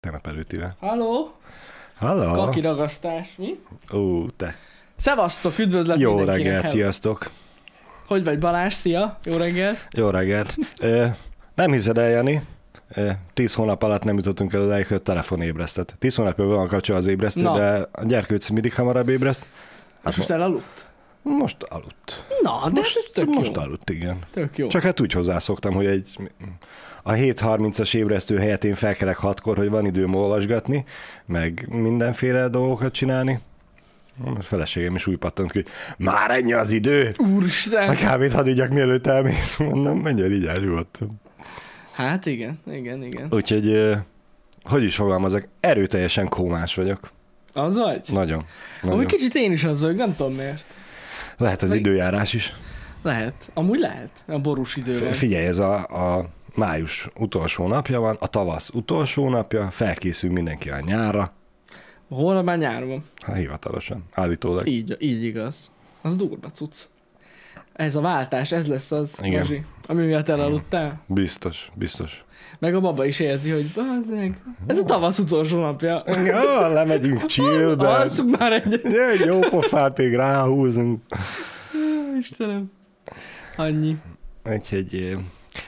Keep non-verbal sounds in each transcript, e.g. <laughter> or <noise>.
tegnap előttire. Halló? Halló! Kaki ragasztás, mi? Ó, te. Szevasztok, üdvözlet Jó mindenkinek. reggelt, Hello. sziasztok! Hogy vagy Balázs, szia, jó reggelt. Jó reggelt! Ö, nem hiszed el, Jani, ö, tíz hónap alatt nem jutottunk el odáig, hogy a telefon ébresztett. Tíz hónapja van kapcsolva az ébresztő, Na. de a gyerkőc mindig hamarabb ébreszt. Hát Hát most elaludt? mo- most aludt. Na, de hát most, ez tök most jó. aludt, igen. Tök jó. Csak hát úgy hozzászoktam, hogy egy, a 7.30-as ébresztő helyett én felkelek hatkor, hogy van időm olvasgatni, meg mindenféle dolgokat csinálni. A feleségem is úgy pattant ki, hogy már ennyi az idő? A Úristen. kávét hadd igyak, mielőtt elmész, mondom, menj el, így nyugodtan. Hát igen, igen, igen. Úgyhogy, eh, hogy is fogalmazok, erőteljesen kómás vagyok. Az vagy? Nagyon. nagyon. Amúgy kicsit én is az vagyok, nem tudom miért. Lehet az meg- időjárás is. Lehet. Amúgy lehet. A borús időben. F- Figyelj, ez a, a május utolsó napja van, a tavasz utolsó napja, felkészül mindenki a nyára, Holnap már nyár van. Hát hivatalosan, állítólag. Így, így igaz. Az durva cucc. Ez a váltás, ez lesz az, Igen. Mazsi, ami miatt elaludtál. Biztos, biztos. Meg a baba is érzi, hogy bazzeg, ez a tavasz utolsó napja. Ja, lemegyünk chillbe. Alszunk már egyet. Ja, egy jó pofát még ráhúzunk. Istenem. Annyi. Úgyhogy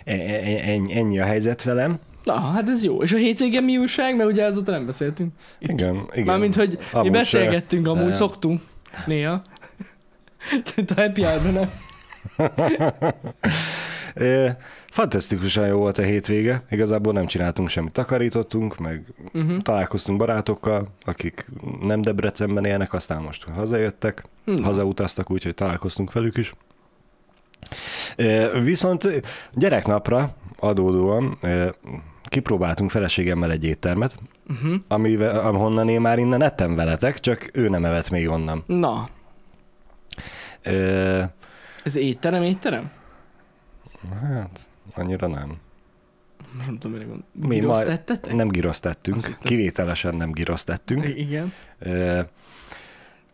eh, e- e- ennyi, ennyi a helyzet velem. Na, hát ez jó. És a hétvégén mi újság? Mert ugye azóta nem beszéltünk. Igen, igen. Mármint, hogy mi Amúgy se. beszélgettünk, amúgy De- szoktunk. Néha. <laughs> Tehát a happy hour nem. Eh, Fantasztikusan jó volt a hétvége. Igazából nem csináltunk semmit. Takarítottunk, meg Uh-huh. találkoztunk barátokkal, akik nem Debrecenben élnek, aztán most hazajöttek. Hm. hazautaztak, úgyhogy találkoztunk velük is. Ö, Viszont gyereknapra adódóan ö, kipróbáltunk feleségemmel egy éttermet, Uh-huh. amivel, ahonnan én már innen ettem veletek, csak ő nem evett még onnan. Na, Ö, ez étterem, étterem? Hát, annyira nem. Most nem tudom, mire gondolom. Mi Gyors majd- tettetek? Nem Azt giroztettünk, hittem. kivételesen nem giroztettünk. I- Igen. Ö,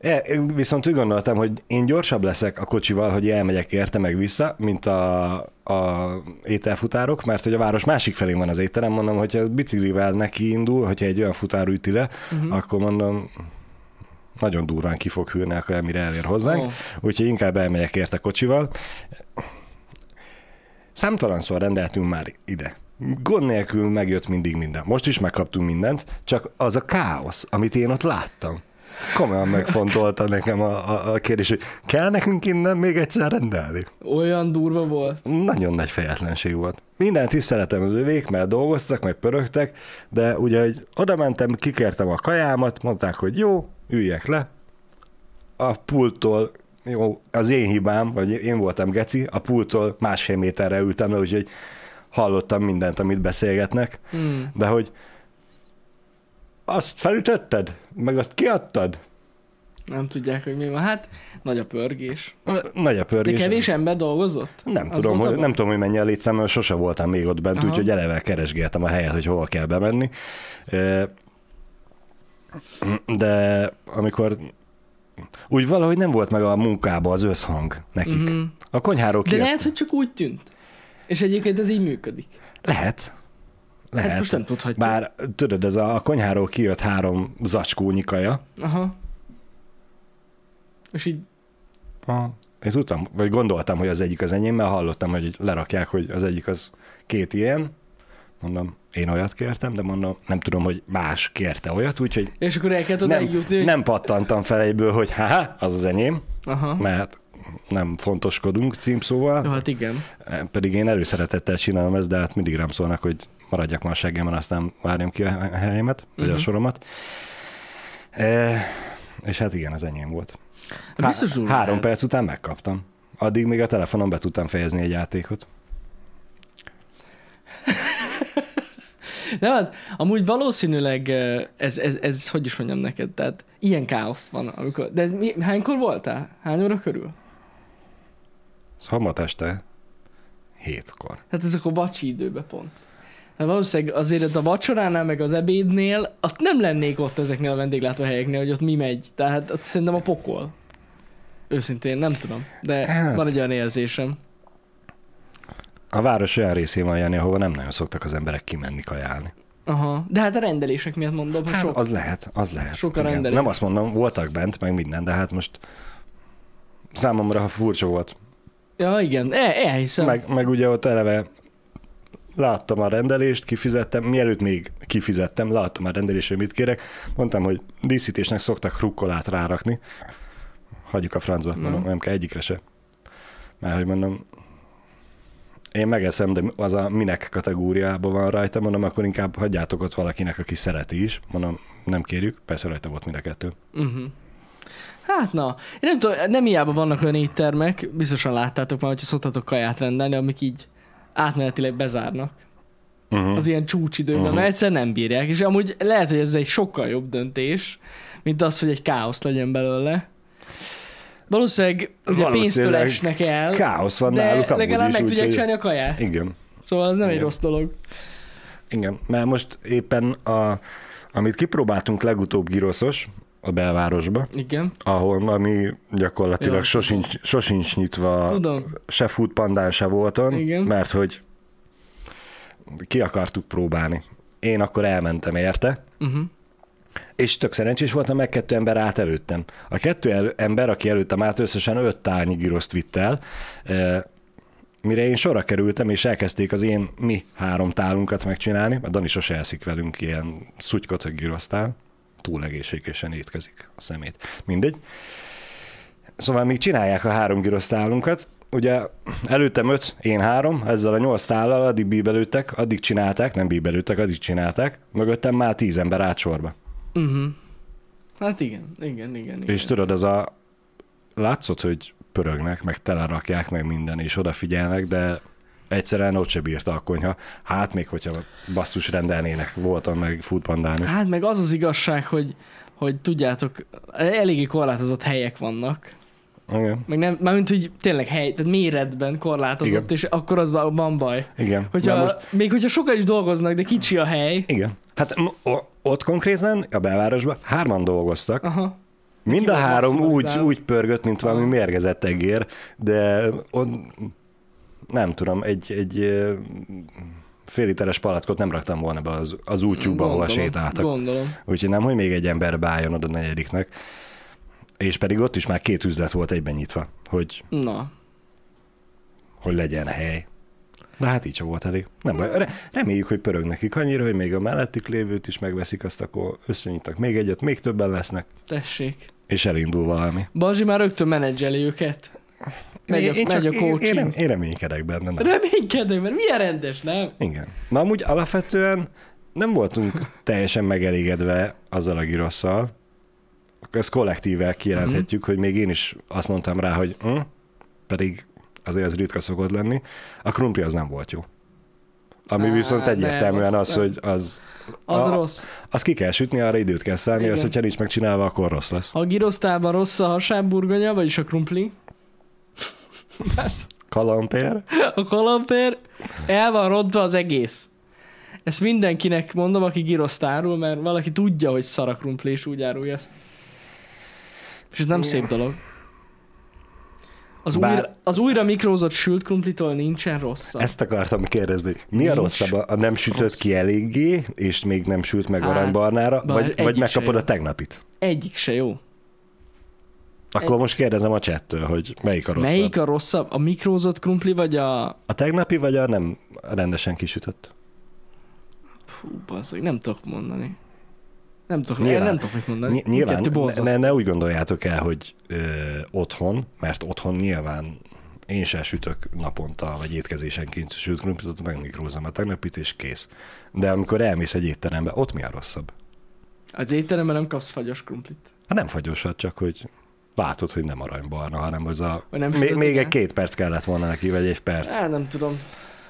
e- Viszont úgy gondoltam, hogy én gyorsabb leszek a kocsival, hogy elmegyek érte meg vissza, mint a, a ételfutárok, mert hogy a város másik felén van az étterem, mondom, hogyha biciklivel neki indul, hogyha egy olyan futár üti le, Uh-huh. akkor mondom, nagyon durván ki fog hűlni, akkor mire elér hozzánk, Ó. úgyhogy inkább elmegyek érte kocsival. Számtalanszor rendeltünk már ide. Gond nélkül megjött mindig minden. Most is megkaptunk mindent, csak az a káosz, amit én ott láttam. Komolyan megfontolta nekem a, a, a kérdés, hogy kell nekünk innen még egyszer rendelni? Olyan durva volt. Nagyon nagy fejetlenség volt. Minden tiszteletem az övék, mert dolgoztak, meg pörögtek, de ugye, hogy oda mentem, kikértem a kajámat, mondták, hogy jó, üljek le. A pulttól, jó, az én hibám, vagy én voltam geci, a pulttól másfél méterre ültem le, úgyhogy hallottam mindent, amit beszélgetnek, Hmm. de hogy azt felütötted, meg azt kiadtad, Nem tudják, hogy mi van. Hát, nagy a pörgés. nagy a De pörgés. kevés ember dolgozott? Hát Nem Az tudom, volt hogy, a nem tudom, hogy mennyi a létszám, mert sose voltam még ott bent, Aha. úgyhogy eleve keresgéltem a helyet, hogy hova kell bemenni. Ö, De amikor úgy valahogy nem volt meg a munkába az összhang nekik. Mhm. Mm-hmm. A konyháról De ki lehet, hogy csak úgy tűnt. És egyébként ez így működik. Lehet. Lehet. Hát most nem tudhatjuk. Bár tudod, ez a, a konyháról kijött három zacskónyi kaja. Aha. És így, Aha. Én tudtam, vagy gondoltam, hogy az egyik az enyém, mert hallottam, hogy lerakják, hogy az egyik az két ilyen. Mondom, én olyat kértem, de mondom, nem tudom, hogy más kérte olyat, úgyhogy és akkor el kellett odáig nem, jutni, hogy... nem pattantam fel egyből, hogy ha az az enyém, Aha. mert nem fontoskodunk Jó, címszóval, hát igen. pedig én előszeretettel csinálom ezt, de hát mindig rám szólnak, hogy maradjak ma a seggemen, aztán várjam ki a helyemet, vagy Mhm. a soromat. E, és hát igen, az enyém volt. Hát biztos durva Három lehet. perc után megkaptam. Addig még a telefonon be tudtam fejezni egy játékot. De hát, amúgy valószínűleg eh, ez, ez, ez, hogy is mondjam neked, tehát ilyen káosz van, amikor... De ez mi, hánykor voltál? Hány óra körül? Szombat este hétkor. Tehát ez akkor Hát vacsi időbe pont. Hát valószínűleg azért a vacsoránál, meg az ebédnél, ott nem lennék ott ezeknél a vendéglátóhelyeknél, hogy ott mi megy. Tehát ott szerintem a pokol. Őszintén nem tudom, de Hát. van egy olyan érzésem. A város olyan részén van, Jani, ahova nem nagyon szoktak az emberek kimenni kajálni. Aha. De hát a rendelések miatt mondom, hogy Hát sok. az lehet, az lehet. Sok a igen. rendelés. Nem azt mondom, voltak bent, meg minden, de hát most számomra ha furcsa volt. Ja, igen, El, elhiszem. Meg, meg ugye ott eleve láttam a rendelést, kifizettem, mielőtt még kifizettem, láttam a rendelést, hogy mit kérek. Mondtam, hogy díszítésnek szoktak rukkolát rárakni. Hagyjuk a francba, Na. mondom, nem kell egyikre se. Mert hogy mondom, én megeszem, de az a minek kategóriában van rajta, mondom, akkor inkább hagyjátok ott valakinek, aki szereti is. Mondom, nem kérjük, persze rajta volt mind a kettő. Uh-huh. Hát na, én nem tudom, nem hiába vannak olyan éttermek, biztosan láttátok már, hogyha szoktatok kaját rendelni, amik így átmenetileg bezárnak Uh-huh. az ilyen csúcsidőben, Mhm. uh-huh. mert egyszer nem bírják, és amúgy lehet, hogy ez egy sokkal jobb döntés, mint az, hogy egy káosz legyen belőle. Valószínűleg ugye pénztől Valószínűleg esnek el, Káosz van náluk de amúgy legalább is, meg tudják úgyhogy- csinálni a kaját. Igen. Szóval ez nem egy Igen. rossz dolog. Igen, mert most éppen a, amit kipróbáltunk legutóbb giroszos a belvárosba, Igen, ahol ami gyakorlatilag Jó. Hm. sosincs, sosincs nyitva, tudom. se food pandán, se volton, Igen. mert hogy ki akartuk próbálni. Én akkor elmentem érte, Uh-huh. és tök szerencsés voltam, meg kettő ember állt előttem. A kettő el, ember, aki előttem állt, összesen öt tálnyi giroszt vitt el, e, mire én sorra kerültem, és elkezdték az én mi három tálunkat megcsinálni, mert Dani sose elszik velünk ilyen szutykot, hogy girosztál, túl egészségesen étkezik a szemét. Mindegy. Szóval még csinálják a három girosztálunkat, ugye előttem öt, én három, ezzel a nyolc tállal addig bíbelődtek, addig csinálták, nem bíbelődtek, addig csinálták, mögöttem már tíz ember állt sorba. Uh-huh. Hát igen, igen, igen. igen. És tudod, az a... Látszott, hogy pörögnek, meg telerakják, meg minden, és odafigyelnek, de egyszerűen ott se bírta a konyha. Hát még hogyha basszus rendelnének, voltam meg foodpandán. Hát meg az az igazság, hogy, hogy tudjátok, eléggé korlátozott helyek vannak. Igen. Meg nem, mármint, hogy tényleg hely, tehát méretben korlátozott, Igen. és akkor azzal van baj. Igen. Hogyha, Mert most... Még hogyha sokan is dolgoznak, de kicsi a hely. Igen. Hát m- o- ott konkrétan, a belvárosban hárman dolgoztak. Aha. Mind a Ki volt három úgy, maximalizálva? úgy pörgött, mint valami mérgezett egér, de on, nem tudom, egy, egy ö, fél literes palackot nem raktam volna be az, az útjukba, ahova sétáltak. Gondolom. Úgyhogy nem, hogy még egy ember bájon oda negyediknek. És pedig ott is már két üzlet volt egyben nyitva, hogy, Na. hogy legyen hely. De hát így sem volt elég. Nem baj. Re- reméljük, hogy pörög nekik annyira, hogy még a mellettük lévőt is megveszik, azt akkor összenyitnak még egyet, még többen lesznek, Tessék. és elindul valami. Bazsi már rögtön menedzseli őket. Megy a- megy a én- coaching. Én, rem- én reménykedek benne. Nem. Reménykedem, mert milyen rendes, nem? Igen. Na amúgy alapvetően nem voltunk teljesen megelégedve azzal a girosszal. Ezt kollektível kijelenthetjük, Mhm. hogy még én is azt mondtam rá, hogy hm, pedig azért ez ritka szokott lenni. A krumpli az nem volt jó. Ami Á, viszont nem, egyértelműen azt az, nem. hogy az, Az A- rossz. az ki kell sütni, arra időt kell szállni, Igen. az, hogyha nincs megcsinálva, akkor rossz lesz. Ha a girosztában rossz a hasábburgonya, vagyis a krumpli, Kalampér? a kalapér, el van rontva az egész. Ezt mindenkinek mondom, aki giroszt árul, mert valaki tudja, hogy szar a krumpli, és úgy árulja ezt. És ez nem Igen. szép dolog. Az, Bár- Bár... újra, az újra mikrózott sült krumplitól nincsen rossz. Ezt akartam kérdezni. Mi a Nincs rosszabb? A nem sütött rossz. ki eléggé, és még nem sült meg Hát, aranybarnára, Balázs, vagy, egyik vagy se megkapod jó. a tegnapit? Egyik se jó. Akkor most kérdezem a csettől, hogy melyik a rosszabb. Melyik a rosszabb? A mikrózott krumpli, vagy a... A tegnapi, vagy a nem rendesen kisütött? Fú, bazzeg, nem tudok mondani. Nem tudok, Nyilván. nem tudok mit mondani. Ny- nyilván, Mindkettő ne, borzasztó. ne, ne úgy gondoljátok el, hogy ö, otthon, mert otthon nyilván én sem sütök naponta, vagy étkezésenként sült krumplit, megmikrózom a tegnapit, és kész. De amikor elmész egy étterembe, ott mi a rosszabb? Az étteremben nem kapsz fagyos krumplit. Hát nem fagyosat, csak hogy látod, hogy nem aranybarna, hanem az a... Vagy nem még sütött, még igen. egy két perc kellett volna neki, vagy egy perc. Hát nem tudom.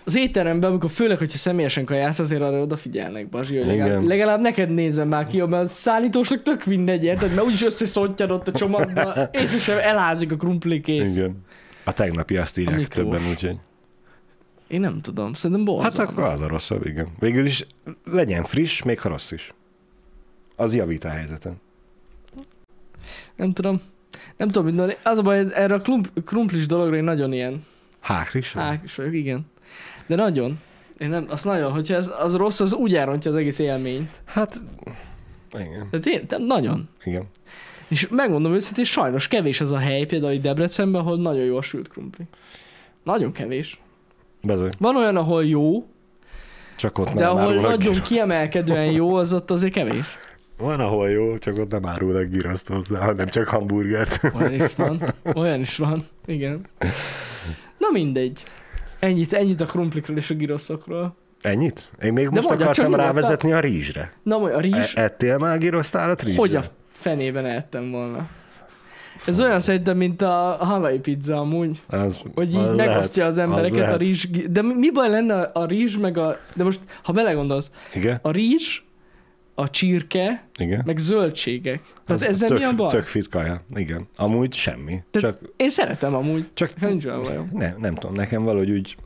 Az étteremben, amikor főleg, hogyha személyesen kajász, azért arra odafigyelnek, Bazsi, hogy legalább, Igen. legalább neked nézem már ki, mert a szállítósnak tök mindegy, érted? Mert úgyis összeszontjad ott a <laughs> csomagba, észre sem elházik a krumpli kész. Igen. A tegnapi azt írják mikrós. többen, úgyhogy... Én nem tudom, szerintem borzalmas. Hát akkor az a rosszabb, igen. Végül is legyen friss, még ha rossz is. Az javít a helyzeten. Nem tudom. Nem tudom, mit mondani. Az a baj, ez- erre a klump, krumplis dologra én nagyon ilyen Hákris? hák is vagyok, igen. De nagyon. Én nem, azt nagyon, hogyha ez, az rossz, az úgy elrontja az egész élményt. Hát, igen, Tehát én, de nagyon. igen. És megmondom őszintén, sajnos kevés az a hely, például itt Debrecenben, ahol nagyon jó a sült krumpli. Nagyon kevés. Bezony. Van olyan, ahol jó, Csak ott de nem ahol árulnak nagyon giraszt. kiemelkedően jó, az ott azért kevés. Van, ahol jó, csak ott nem árulnak giraszt hozzá, hanem csak hamburgert. Olyan is van. Olyan is van. Igen. Na mindegy. Ennyit, ennyit a krumplikról és a giroszokról. Ennyit? Én még most mondjad csak akartam nyugodtan. rávezetni a rízsre. Na majd a rizs, E- ettél már girosztálat rizsre? hogy a fenében ettem volna. Ez olyan szerintem, mint a Hawaii pizza amúgy. Az, Hogy így az megosztja az embereket lehet. a rizs. De mi, mi baj lenne a, a rizs, meg a... De most, ha belegondolsz, Lehet. Igen, a rizs, a csirke, igen. meg zöldségek. Tehát Az ezzel tök, mi a baj? Tök fit kaja, igen. Amúgy semmi. Te- Csak, Én szeretem amúgy. csak Nincs olyan bajom. ne, nem tudom, nekem valahogy úgy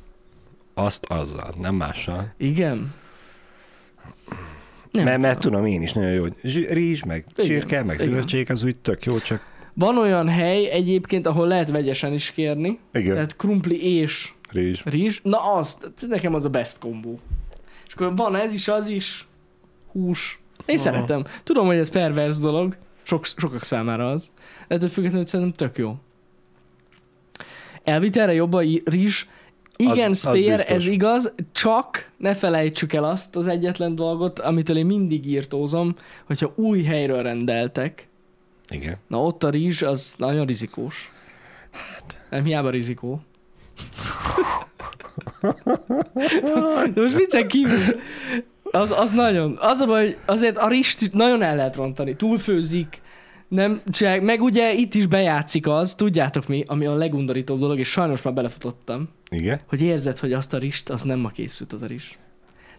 azt azzal, nem mással. Igen. Nem mert, mert tudom. tudom én is nagyon jó, hogy zsí- rizs, meg Igen, csirke, meg igen. zöldség, az úgy tök jó, csak Van olyan hely egyébként, ahol lehet vegyesen is kérni. igen, Tehát krumpli és rizs. rizs. Na az, tehát nekem az a best kombó. És akkor van ez is, az is, hús. Én Aha. szeretem. Tudom, hogy ez pervers dolog, Sok, sokak számára az. De Ettől függetlenül szerintem tök jó. Elvitt erre jobb a i- rizs. Igen, Az- az Spear, biztos. ez igaz, csak ne felejtsük el azt az egyetlen dolgot, amitől én mindig írtózom, hogyha új helyről rendeltek, Igen. na ott a rizs az nagyon rizikós. Hát. Nem hiába rizikó. De most viccen kívül. Az, az nagyon. Az a baj, hogy azért a rist nagyon el lehet rontani. Túlfőzik, nem csinálják. Meg ugye itt is bejátszik az, tudjátok mi, ami a legundorítóbb dolog, és sajnos már belefutottam, Igen? hogy érzed, hogy azt a rist, az nem ma készült az a rizs.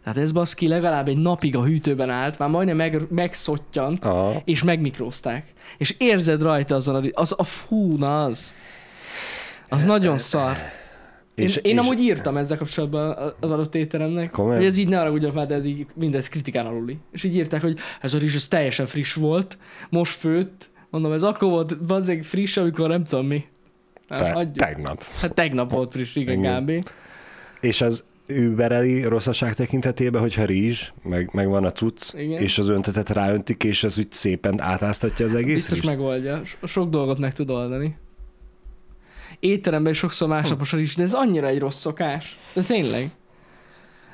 Tehát ez baszki legalább egy napig a hűtőben állt, már majdnem meg, megszottyant, Aha. és megmikrózták. És érzed rajta azon a... Az a fú, na az. Eh, Az nagyon szar. Én, és, én és... amúgy írtam ezzel kapcsolatban az adott étteremnek, Komolyan? hogy ez így ne arra ugyan már, de ez így mindez kritikán aluli. És így írták, hogy ez a rizs ez teljesen friss volt, most főtt, mondom, ez akkor volt bazzeg friss, amikor nem tudom mi. Hát, Te, adjuk. tegnap. hát tegnap volt friss, igen, Igen. kb. És az übereli rosszaság tekintetében, hogyha rizs, meg, meg van a cucc, Igen. Hát és az öntetet ráöntik, és az úgy szépen átáztatja az egész Biztos rizst. megoldja. So- Sok dolgot meg tud oldani. Étteremben is sokszor másnapos a rizs, de ez annyira egy rossz szokás. De tényleg.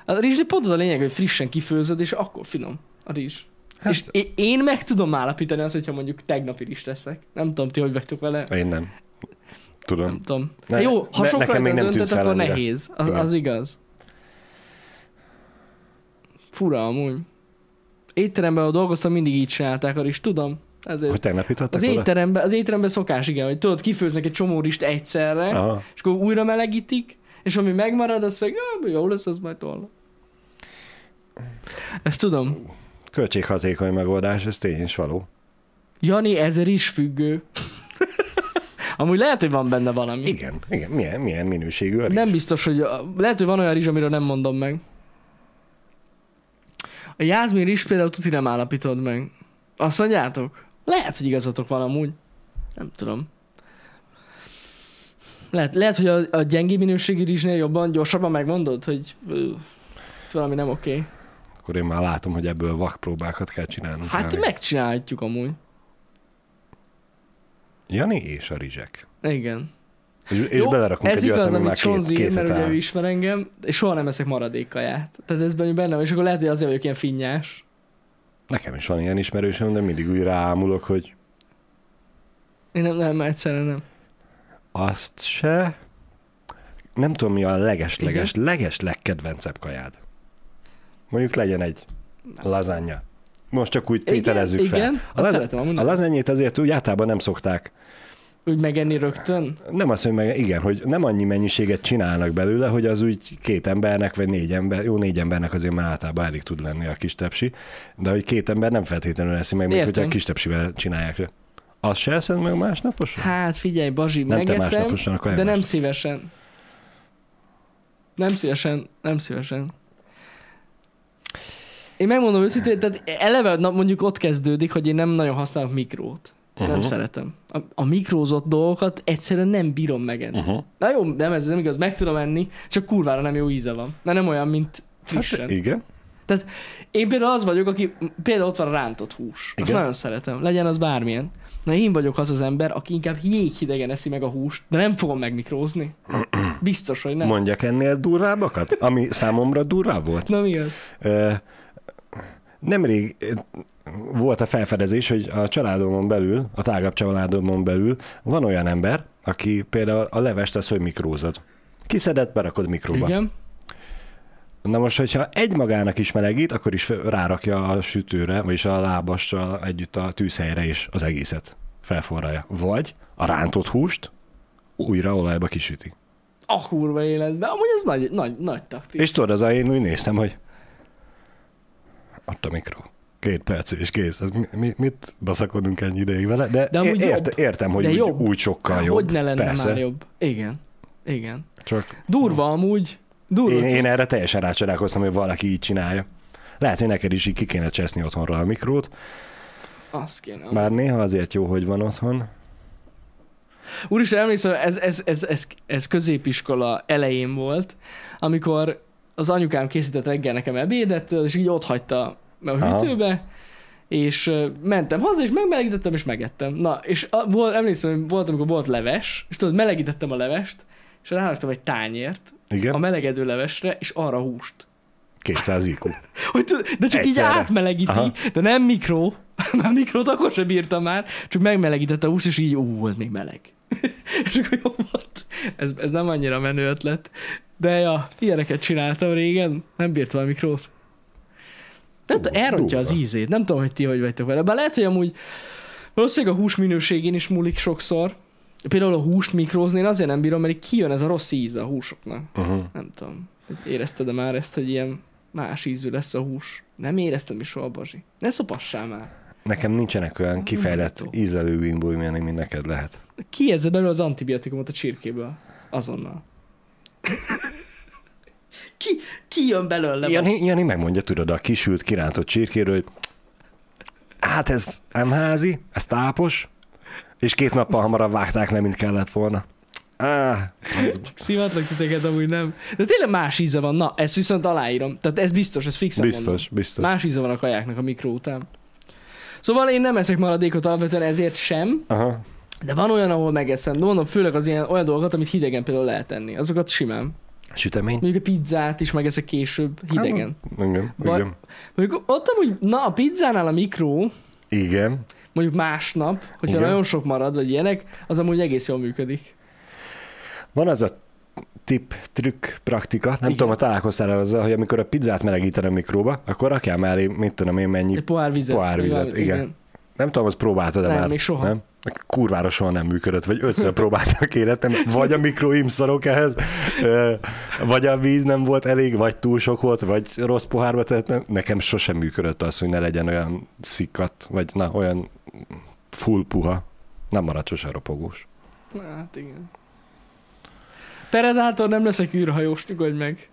A rizs, de pont az a lényeg, hogy frissen kifőzöd, és akkor finom a rizs. Hát. Hát- És é- én meg tudom állapítani azt, hogyha mondjuk tegnapi rizs teszek. Nem tudom, ti hogy vagytok vele. Én nem. Tudom. Nem tudom. Ne- Ne, Jó, ha ne- sok nekem rajta még az nem tűnt öntöt, fel akkor annyira. nehéz. Az, Igen. az igaz. Fura amúgy. Étteremben, ahol dolgoztam, mindig így csinálták a rizs. Tudom. Ezért Hogy tegnap jutottak az oda? étteremben, az étteremben szokás, igen, hogy tudod, kifőznek egy csomó rist egyszerre, Aha. Aha. és akkor újra melegítik, és ami megmarad, az meg, ah, jó lesz, az majd tolna. Ezt tudom. Költséghatékony megoldás, ez tény és való. Jani, ez rizs függő. Amúgy lehet, hogy van benne valami. Igen, igen. Milyen, milyen minőségű a rizs? Nem biztos, hogy... Lehet, hogy van olyan rizs, amiről nem mondom meg. A jázmin rizs például tuti nem állapítod meg. Azt mondjátok? Lehet, hogy igazatok van amúgy. Nem tudom. Lehet, lehet hogy a, a gyengébb minőségi rizsnél jobban, gyorsabban megmondod, hogy ö, itt valami nem oké. Okay. Akkor én már látom, hogy ebből vakpróbákat kell csinálnunk. Hát elég. megcsinálhatjuk amúgy. Jani és a rizsek. Igen. És, és Jó, belerakunk ez egy olyat, igaz, ami amit már két, Csonzi két ír, mert hete ugye áll. ő ismer engem, és soha nem eszek maradékkaját. Tehát ez benne bennem, és akkor lehet, hogy azért vagyok ilyen finnyás. Nekem is van ilyen ismerősöm, de mindig úgy ráámulok, hogy Én nem, nem, egyszerűen nem. azt se... Nem tudom, mi a leges-leges, leges legkedvencebb kajád. Mondjuk legyen egy lazánya. Most csak úgy tételezzük igen, fel. Igen, A, azt szeretem amúgy. a lazányét azért úgy általában nem szokták Úgy megenni rögtön? Nem az, hogy meg, igen, hogy nem annyi mennyiséget csinálnak belőle, hogy az úgy két embernek, vagy négy ember, jó négy embernek azért már általában elég tud lenni a kis tepsi, de hogy két ember nem feltétlenül eszi meg, még Értem. hogyha a kis tepsivel csinálják. Azt se eszed meg másnapos? Hát figyelj, Bazsi, nem te megeszem, másnaposan, akkor de nem elmás. szívesen. Nem szívesen, nem szívesen. Én megmondom őszintén, tehát eleve na, mondjuk ott kezdődik, hogy én nem nagyon használok mikrót. Uh-huh. Mhm. Nem szeretem. A, a mikrózott dolgokat egyszerűen nem bírom megenni. Uh-huh. Uh-huh. Na jó, nem ez nem igaz, meg tudom enni, csak kurvára nem jó íze van. Mert nem olyan, mint frissen. Hát igen. Tehát én például az vagyok, aki például ott van a rántott hús. Azt Igen. nagyon szeretem. Legyen az bármilyen. Na én vagyok az az ember, aki inkább jéghidegen eszi meg a húst, de nem fogom megmikrózni. Biztos, hogy nem. Mondjak ennél durvábbakat, ami számomra durvább volt. Na mi az? Ö, Nemrég ö, volt a felfedezés, hogy a családomon belül, a tágabb családomon belül van olyan ember, aki például a levest tesz, hogy mikrózod. Kiszedett, berakod mikróba. Igen? Na most, hogyha egymagának is melegít, akkor is fe- rárakja a sütőre, vagyis a lábassal együtt a tűzhelyre is az egészet felforralja. Vagy a rántott húst újra olajba kisüti. A kurva életben. Amúgy ez nagy, nagy, nagy taktika. És tudod, az a én úgy néztem, hogy ott a mikro. Két perc és kész. Ez mi, mi, mit baszakodunk ennyi ideig vele? De, De de amúgy érte, jobb. értem, hogy De úgy, jobb. úgy sokkal jobb. Hogy ne lenne Persze. már jobb? Igen. Igen. Csak Durva amúgy. Durva. én, én erre teljesen rácsodálkoztam, hogy valaki így csinálja. Lehet, hogy neked is így ki kéne cseszni otthonra a mikrót. Azt kéne. Már néha azért jó, hogy van otthon. Úristen, emlékszem, ez, ez, ez, ez, ez középiskola elején volt, amikor az anyukám készített reggel nekem ebédet, és így ott hagyta a Aha. hűtőbe, és ö, mentem haza, és megmelegítettem, és megettem. Na, és a, volt, emlékszem, hogy volt, amikor volt leves, és tudod, melegítettem a levest, és ráraktam egy tányért a Igen, melegedő levesre, és arra húst. 200 <laughs> IQ. Hogy tudod, de csak Egyszerre. így Egyszerre. átmelegíti, Aha. Aha. de nem mikró, <laughs> már mikrót akkor sem bírtam már, csak megmelegítette a húst, és így, ú, ez még meleg. <laughs> és akkor jó volt. Ez, ez nem annyira menő ötlet. De ja, ilyeneket csináltam régen, nem bírtam a mikrót. Nem Ú, tudom, elrontja az durva. ízét, nem tudom, hogy ti hogy vagytok vele. Bár lehet, hogy amúgy valószínűleg a hús minőségén is múlik sokszor. Például a húst mikrózni én azért nem bírom, mert így kijön ez a rossz íze a húsoknak. Uh-huh. Nem tudom. hogy Érezted-e már ezt, hogy ilyen más ízű lesz a hús? Nem éreztem is soha, Bazsi. Ne szopassál már. Nekem nincsenek olyan kifejlett Undorító. ízlelő bimbulmjani, mint neked lehet. Ki ezzel belőle az antibiotikumot a csirkéből? Azonnal. <laughs> ki, ki jön belőle? Bazsi? Jani, Jani megmondja, tudod, a kisült, kirántott csirkéről, hogy hát ez nem házi, ez tápos, és két nappal hamarabb vágták le, mint kellett volna. Á, francba. Csak szivatlak titeket, amúgy nem. De tényleg más íze van. Na, ezt viszont aláírom. Tehát ez biztos, ez fixen mondom. biztos, biztos. Más íze van a kajáknak a mikro után. Szóval én nem eszek maradékot alapvetően ezért sem, Aha. de van olyan, ahol megeszem. De mondom, főleg az ilyen olyan dolgokat, amit hidegen például lehet tenni. Azokat simán. Sütemény? Hm, Mondjuk a pizzát is megeszek később, hidegen. Igen, Vagy- igen. Mondjuk ott amúgy, na a pizzánál a mikró, igen. mondjuk másnap, hogyha Igen. nagyon sok marad, vagy ilyenek, az amúgy egész jól működik. Van az a tip, trükk, praktika, nem Igen. Igen. tudom, ha találkoztál el azzal, hogy amikor a pizzát melegíted a mikróba, akkor rakjál mellé, mit tudom én, mennyi. Egy pohár vizet. pohár vagy vizet, valami- igen. Nem tudom, azt próbáltad-e Nem, már? még soha. Nem? Kurvára soha nem működött, vagy ötször próbáltak életem, vagy a mikroim szarok ehhez, ö, vagy a víz nem volt elég, vagy túl sok volt, vagy rossz pohárba tettem. Nekem sosem működött az, hogy ne legyen olyan szikat, vagy na, olyan full puha. Nem maradt sose ropogós. Na, Hát igen. Predátor nem leszek űrhajós, nyugodj meg.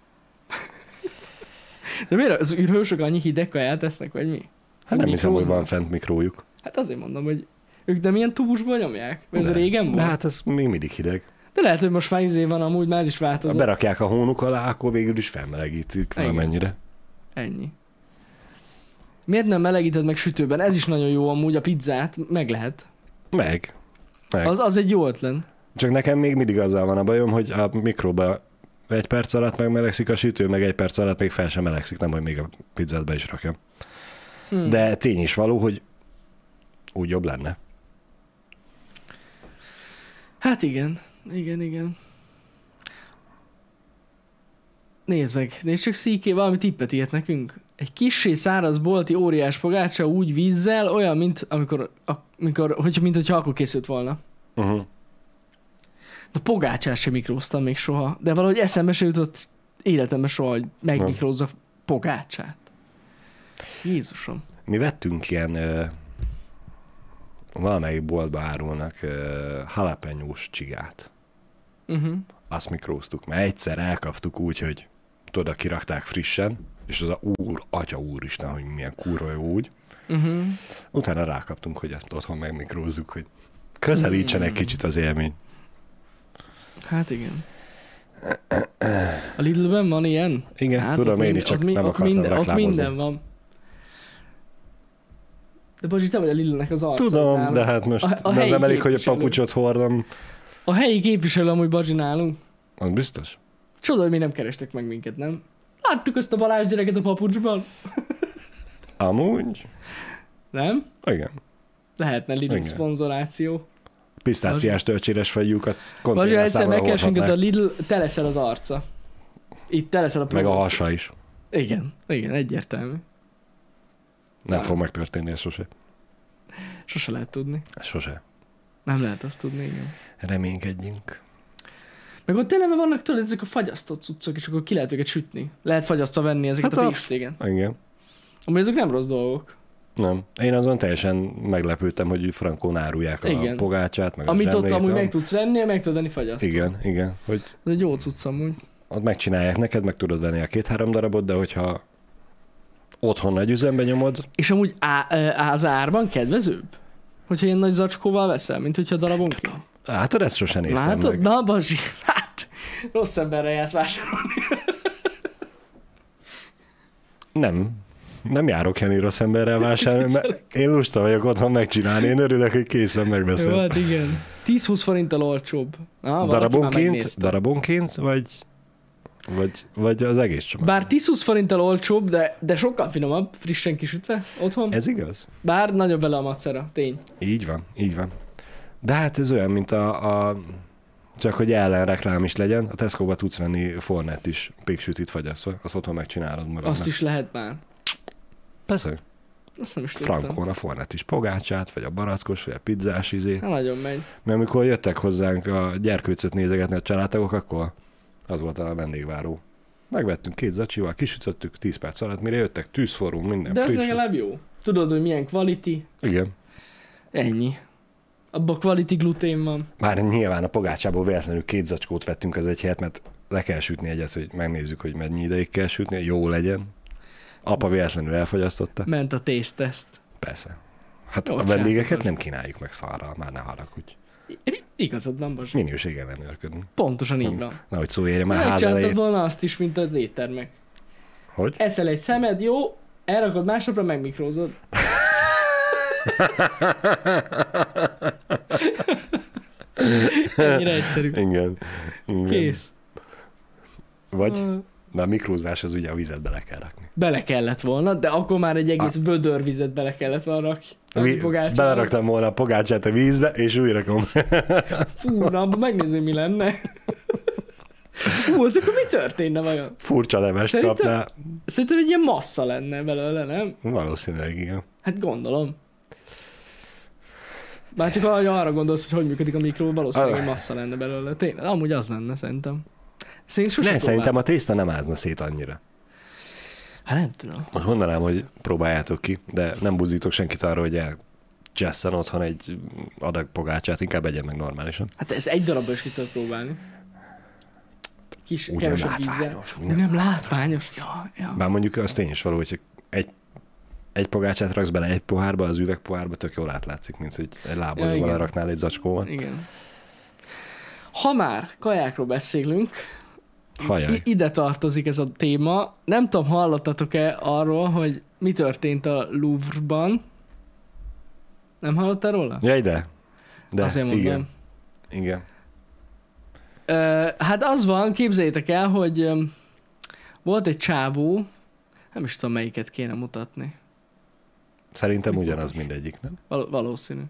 <laughs> De miért az űrhősök annyi hideg kaját esznek, vagy mi? Hát nem hiszem, hogy Mikróznak? van fent mikrójuk. Hát azért mondom, hogy ők nem ilyen tubusban nyomják? Vagy Ez De- régen volt? De De, hát ez még mindig hideg. lehet, hogy most már izé van amúgy, már ez is Ha változott. berakják a hónuk alá, akkor végül is felmelegítik Igen. valamennyire. Ennyi. Miért nem melegíted meg sütőben? Ez is nagyon jó amúgy, a pizzát meg lehet. Meg. Meg. Az, az egy jó ötlen. Csak nekem még mindig azzal van a bajom, hogy a mikróba egy perc alatt megmelegszik a sütő, meg egy perc alatt még fel sem melegszik, nem, hogy még a pizzát be is rakjam. Hmm. De tény is való, hogy úgy jobb lenne. Hát igen, igen, igen. Nézd meg, nézd csak szíké, valami tippet írt nekünk. Egy kissé száraz bolti óriás pogácsa úgy vízzel, olyan, mint amikor, amikor hogy, mint hogyha akkor készült volna. Uh-huh. De pogácsát sem mikróztam még soha, de valahogy eszembe se jutott életemben soha, hogy megmikrózzak pogácsát. Jézusom. Mi vettünk ilyen ö, valamelyik boltba árulnak ö, jalapenyós csigát. Uh-huh. Azt mikróztuk, mert egyszer elkaptuk úgy, hogy tudod, kirakták frissen, és az a úr, atya úristen, hogy milyen kurva jó úgy. Uh-huh. Utána rákaptunk, hogy ezt otthon megmikrózzuk, hogy közelítsen egy Mm. kicsit az élmény. Hát igen. A Lidlben van ilyen? Igen, hát hát ott tudom én is, mind- csak ott mi- nem ott akartam minden, Ott reklámozni. minden van. De Bozsi, te vagy a Lidlnek az arca. Tudom, nem? de hát most A- a a, helyi az elég, hogy a képviselő. papucsot hordom, A helyi képviselő amúgy Bozsi nálunk. az biztos. Csoda, hogy mi nem kerestek meg minket, nem? Láttuk azt a Balázs gyereket a papucsban. Amúgy, Nem? igen. Lehetne Lidl Igen. szponzoráció. Pisztáciás tölcséres fejjúkat Bozsi, konténer egyszer számra megkeresünk, a hordhatnák, Lidl, te leszel az arca. Itt te leszel a meg a promóció. hasa is. Igen, igen, egyértelmű. Nem Ja. fog megtörténni ez sose. Sose lehet tudni. Sose. Nem lehet azt tudni, igen. Reménykedjünk. Meg ott eleve vannak tőled ezek a fagyasztott cuccok, és akkor ki lehet őket sütni. Lehet fagyasztva venni ezeket Hát hát a a- beefs, igen. Igen. Amúgy ezek nem rossz dolgok. Nem. Én azon teljesen meglepődtem, hogy frankón árulják a Igen. igen. pogácsát, meg Amit a ott zsemlét, amúgy nem? meg tudsz venni, meg tudod venni fagyasztva. Igen, igen. Hogy Ez egy jó cucc amúgy. ott megcsinálják neked, meg tudod venni a két-három darabot, de hogyha otthon egy üzembe nyomod, És amúgy á, ö, az árban kedvezőbb? Hogyha ilyen nagy zacskóval veszel, mint hogyha darabonként. hát tudod, ezt sosem néztem Látod? meg. Na, Bazsi, <laughs> hát rossz emberre jársz vásárolni. Nem. Nem járok Henny rossz emberrel vásárolni, mert én lusta vagyok otthon megcsinálni, én örülök, hogy készen Jó, megbeszél. hát igen. 10-20 forinttal olcsóbb. Na, valaki már Darabonként, megnézte. darabonként, vagy, vagy, vagy az egész csomag? Bár 10-20 forinttal olcsóbb, de, de sokkal finomabb, frissen kisütve otthon. Ez igaz? Bár nagyobb bele a macera, tény. Így van, így van. De hát ez olyan, mint a, a csak hogy ellenreklám is legyen, a Tesco-ba tudsz venni fornet is, péksütit fagyasztva, azt otthon megcsinálod magadnak. Azt is lehet már. Persze, Azt nem is tudtam. frankon a fornet is pogácsát, vagy a barackos, vagy a pizzás izé. Nem Hát nagyon megy. Mert amikor jöttek hozzánk a gyerkőcöt nézegetni a családtagok, akkor az volt a vendégváró. Megvettünk két zacsival, kisütöttük 10 perc alatt, mire jöttek tűzforró, minden De ez friss. legalább jó. Tudod, hogy milyen quality. Igen. Ennyi. Abba quality glutén van. Már nyilván a pogácsából véletlenül két zacskót vettünk az egy helyet, mert le kell sütni egyet, hogy megnézzük, hogy mennyi ideig kell sütni, hogy jó legyen. Apa véletlenül elfogyasztotta. Ment a tészteszt. Persze. Hát Jó, a vendégeket csináltuk. nem kínáljuk meg szarral, már ne haragudj. Igazad van, Bazs. Minőség ellenőrködünk. Pontosan így van. Nehogy szó érje Hm. már ház Megcsináltad elején. volna azt is, mint az éttermek. Hogy? Eszel egy szemed, jó, elrakod <laughs> másnapra, megmikrózod. Ennyire egyszerű. Igen. Igen. Kész. Vagy? Ah, De a mikrózás az ugye a vizet bele kell rakni. Bele kellett volna, de akkor már egy egész vödör vizet bele kellett volna rakni. Vi- Ah. beleraktam volna a pogácsát a vízbe, és újra rakom. Fú, na, abban megnézném, mi lenne. Fú, az akkor mi történne vajon? <laughs> Furcsa levest Szerintem- kapná. Szerintem egy ilyen massza lenne belőle, nem? Valószínűleg igen. Hát gondolom. Bár csak ha arra gondolsz, hogy hogy működik a mikró, valószínűleg Ah. egy massza lenne belőle. Tényleg, amúgy az lenne, szerintem. Szerintem sosem Nem, szerintem a tészta nem ázna szét annyira. Hát nem tudom. Most mondanám, hogy próbáljátok ki, de nem buzítok senkit arra, hogy elcsesszen otthon egy adag pogácsát, inkább egyen meg normálisan. Hát ez egy darabban is ki tudod próbálni. Kis, Úgy nem kevesebb vízzel. látványos. Úgy Nem. nem. nem látványos. Ja, ja. Bár mondjuk az tény is való, hogy egy, egy pogácsát raksz bele egy pohárba, az üvegpohárba tök jól átlátszik, mint hogy egy Ja, lábadról igen. ja, raknál egy zacskóval. Igen. Ha már kajákról beszélünk, Hajaj. I- ide tartozik ez a téma. Nem tudom, hallottatok-e arról, hogy mi történt a Louvre-ban? Nem hallottál róla? Jaj, de. De, Azért mondom. igen. Igen. Ö, hát az van, képzeljétek el, hogy öm, volt egy csávó, nem is tudom, melyiket kéne mutatni. Szerintem ugyanaz mindegyik, nem? Val- valószínű.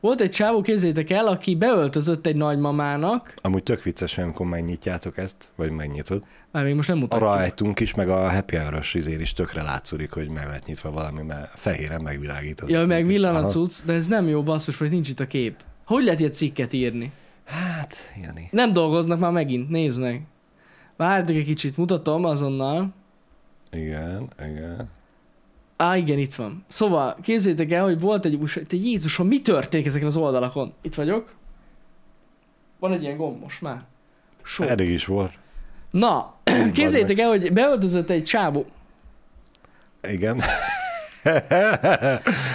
Volt egy csávó, képzeljétek el, aki beöltözött egy nagymamának, Amúgy tök vicces, amikor megnyitjátok ezt, vagy megnyitod. már még most nem A mutatjuk. rajtunk is, meg a happy hour-os izén is tökre látszódik, hogy meg lett nyitva valami, mert fehéren megvilágított. Ja, meg villan a Aha. cucc, de ez nem jó basszus, hogy nincs itt a kép. Hogy lehet ilyen cikket írni? Hát, Jani. Nem dolgoznak már megint, nézd meg. Várjátok egy kicsit, mutatom azonnal. Igen, igen. Á, igen, itt van. Szóval, képzétek el, hogy volt egy USA... Te Jézusom, mi történik ezeken az oldalakon? Itt vagyok. Van egy ilyen gomb most már. Sok. Eddig is <clears throat> volt. Na, képzétek el, hogy beöltözött egy csávó. Igen.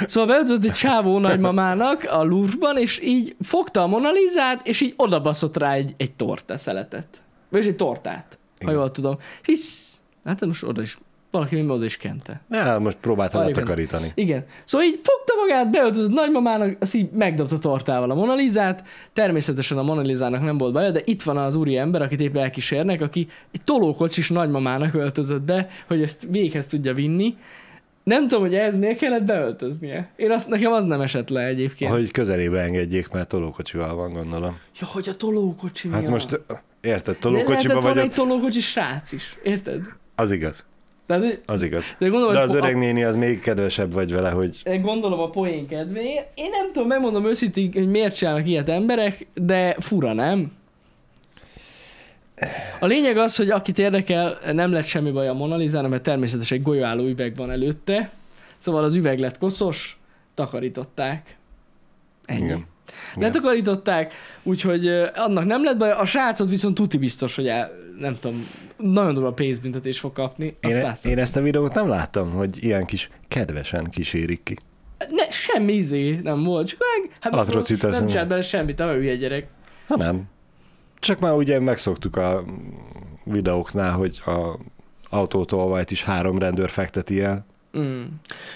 Szóval beütött egy csávó nagymamának a louvre és így fogta a Monalizát, és így odabaszott rá egy, egy torta szeletet. Vagyis egy tortát, ha Igen. jól tudom. Hisz, hát most oda is, valaki még oda is kente. Ja, most próbáltam Várjuk. letakarítani. Igen. Szóval így fogta magát, beöltözött nagymamának, azt így megdobta tortával a Monalizát. Természetesen a Monalizának nem volt baja, de itt van az úri ember, akit épp elkísérnek, aki egy tolókocsis nagymamának öltözött be, hogy ezt véghez tudja vinni. Nem tudom, hogy ez miért kellett beöltöznie. Én azt, nekem az nem esett le egyébként. Hogy... Hogy közelébe engedjék, mert tolókocsival van, gondolom. Ja, hogy a tolókocsi Hát miatt. most, érted, de hát tolókocsiba lehetett vagy, volna a... egy tolókocsis srác is, érted? az igaz, Tehát, hogy- az igaz. de gondolom, De hogy az a- öreg néni az még kedvesebb vagy vele, hogy Én gondolom a poén kedvéért. Én nem tudom, megmondom őszintén, hogy miért csinálnak ilyet emberek, de fura, nem? A lényeg az, hogy akit érdekel, nem lett semmi baj a Monalizának, mert természetesen egy golyóálló üveg van előtte. Szóval az üveg lett koszos, takarították. Ennyi. Igen. Igen. Letakarították, úgyhogy ö, annak nem lett baj. A srácot viszont tuti biztos, hogy el, nem tudom, nagyon durva pénzbüntetés fog kapni. Azt én, száztad- én ezt a videót nem láttam, hogy ilyen kis kedvesen kísérik ki. Ne, semmi izé nem volt, csak meg, hát most Atrocitás, nem nem? csinált bele semmit, nem hülye gyerek. Ha nem. Csak már ugye megszoktuk a videóknál, hogy a autótolvajt is három rendőr fekteti el. Mm.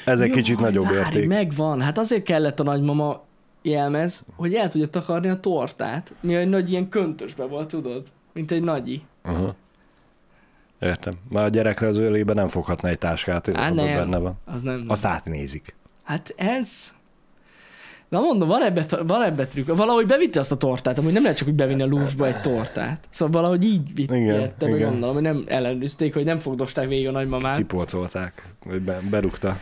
Ez egy Jaj, kicsit nagyobb várj, érték. Megvan, hát azért kellett a nagymama jelmez, hogy el tudja takarni a tortát, mi egy nagy ilyen köntösbe volt, tudod? Mint egy nagyi. Aha. Értem. Már a gyerek az ölébe nem foghatna egy táskát, Á, abban nem. benne van. Az nem. Azt átnézik. Hát ez... Na mondom, van ebbe, van ebbe trükk. Valahogy bevitte azt a tortát, amúgy nem lehet csak úgy bevinni a lúzsba egy tortát. Szóval valahogy így vitte, Igen, igen, meg igen. gondolom, hogy nem ellenőrizték, hogy nem fogdosták végig a nagymamát. Kipolcolták, vagy be- berúgta.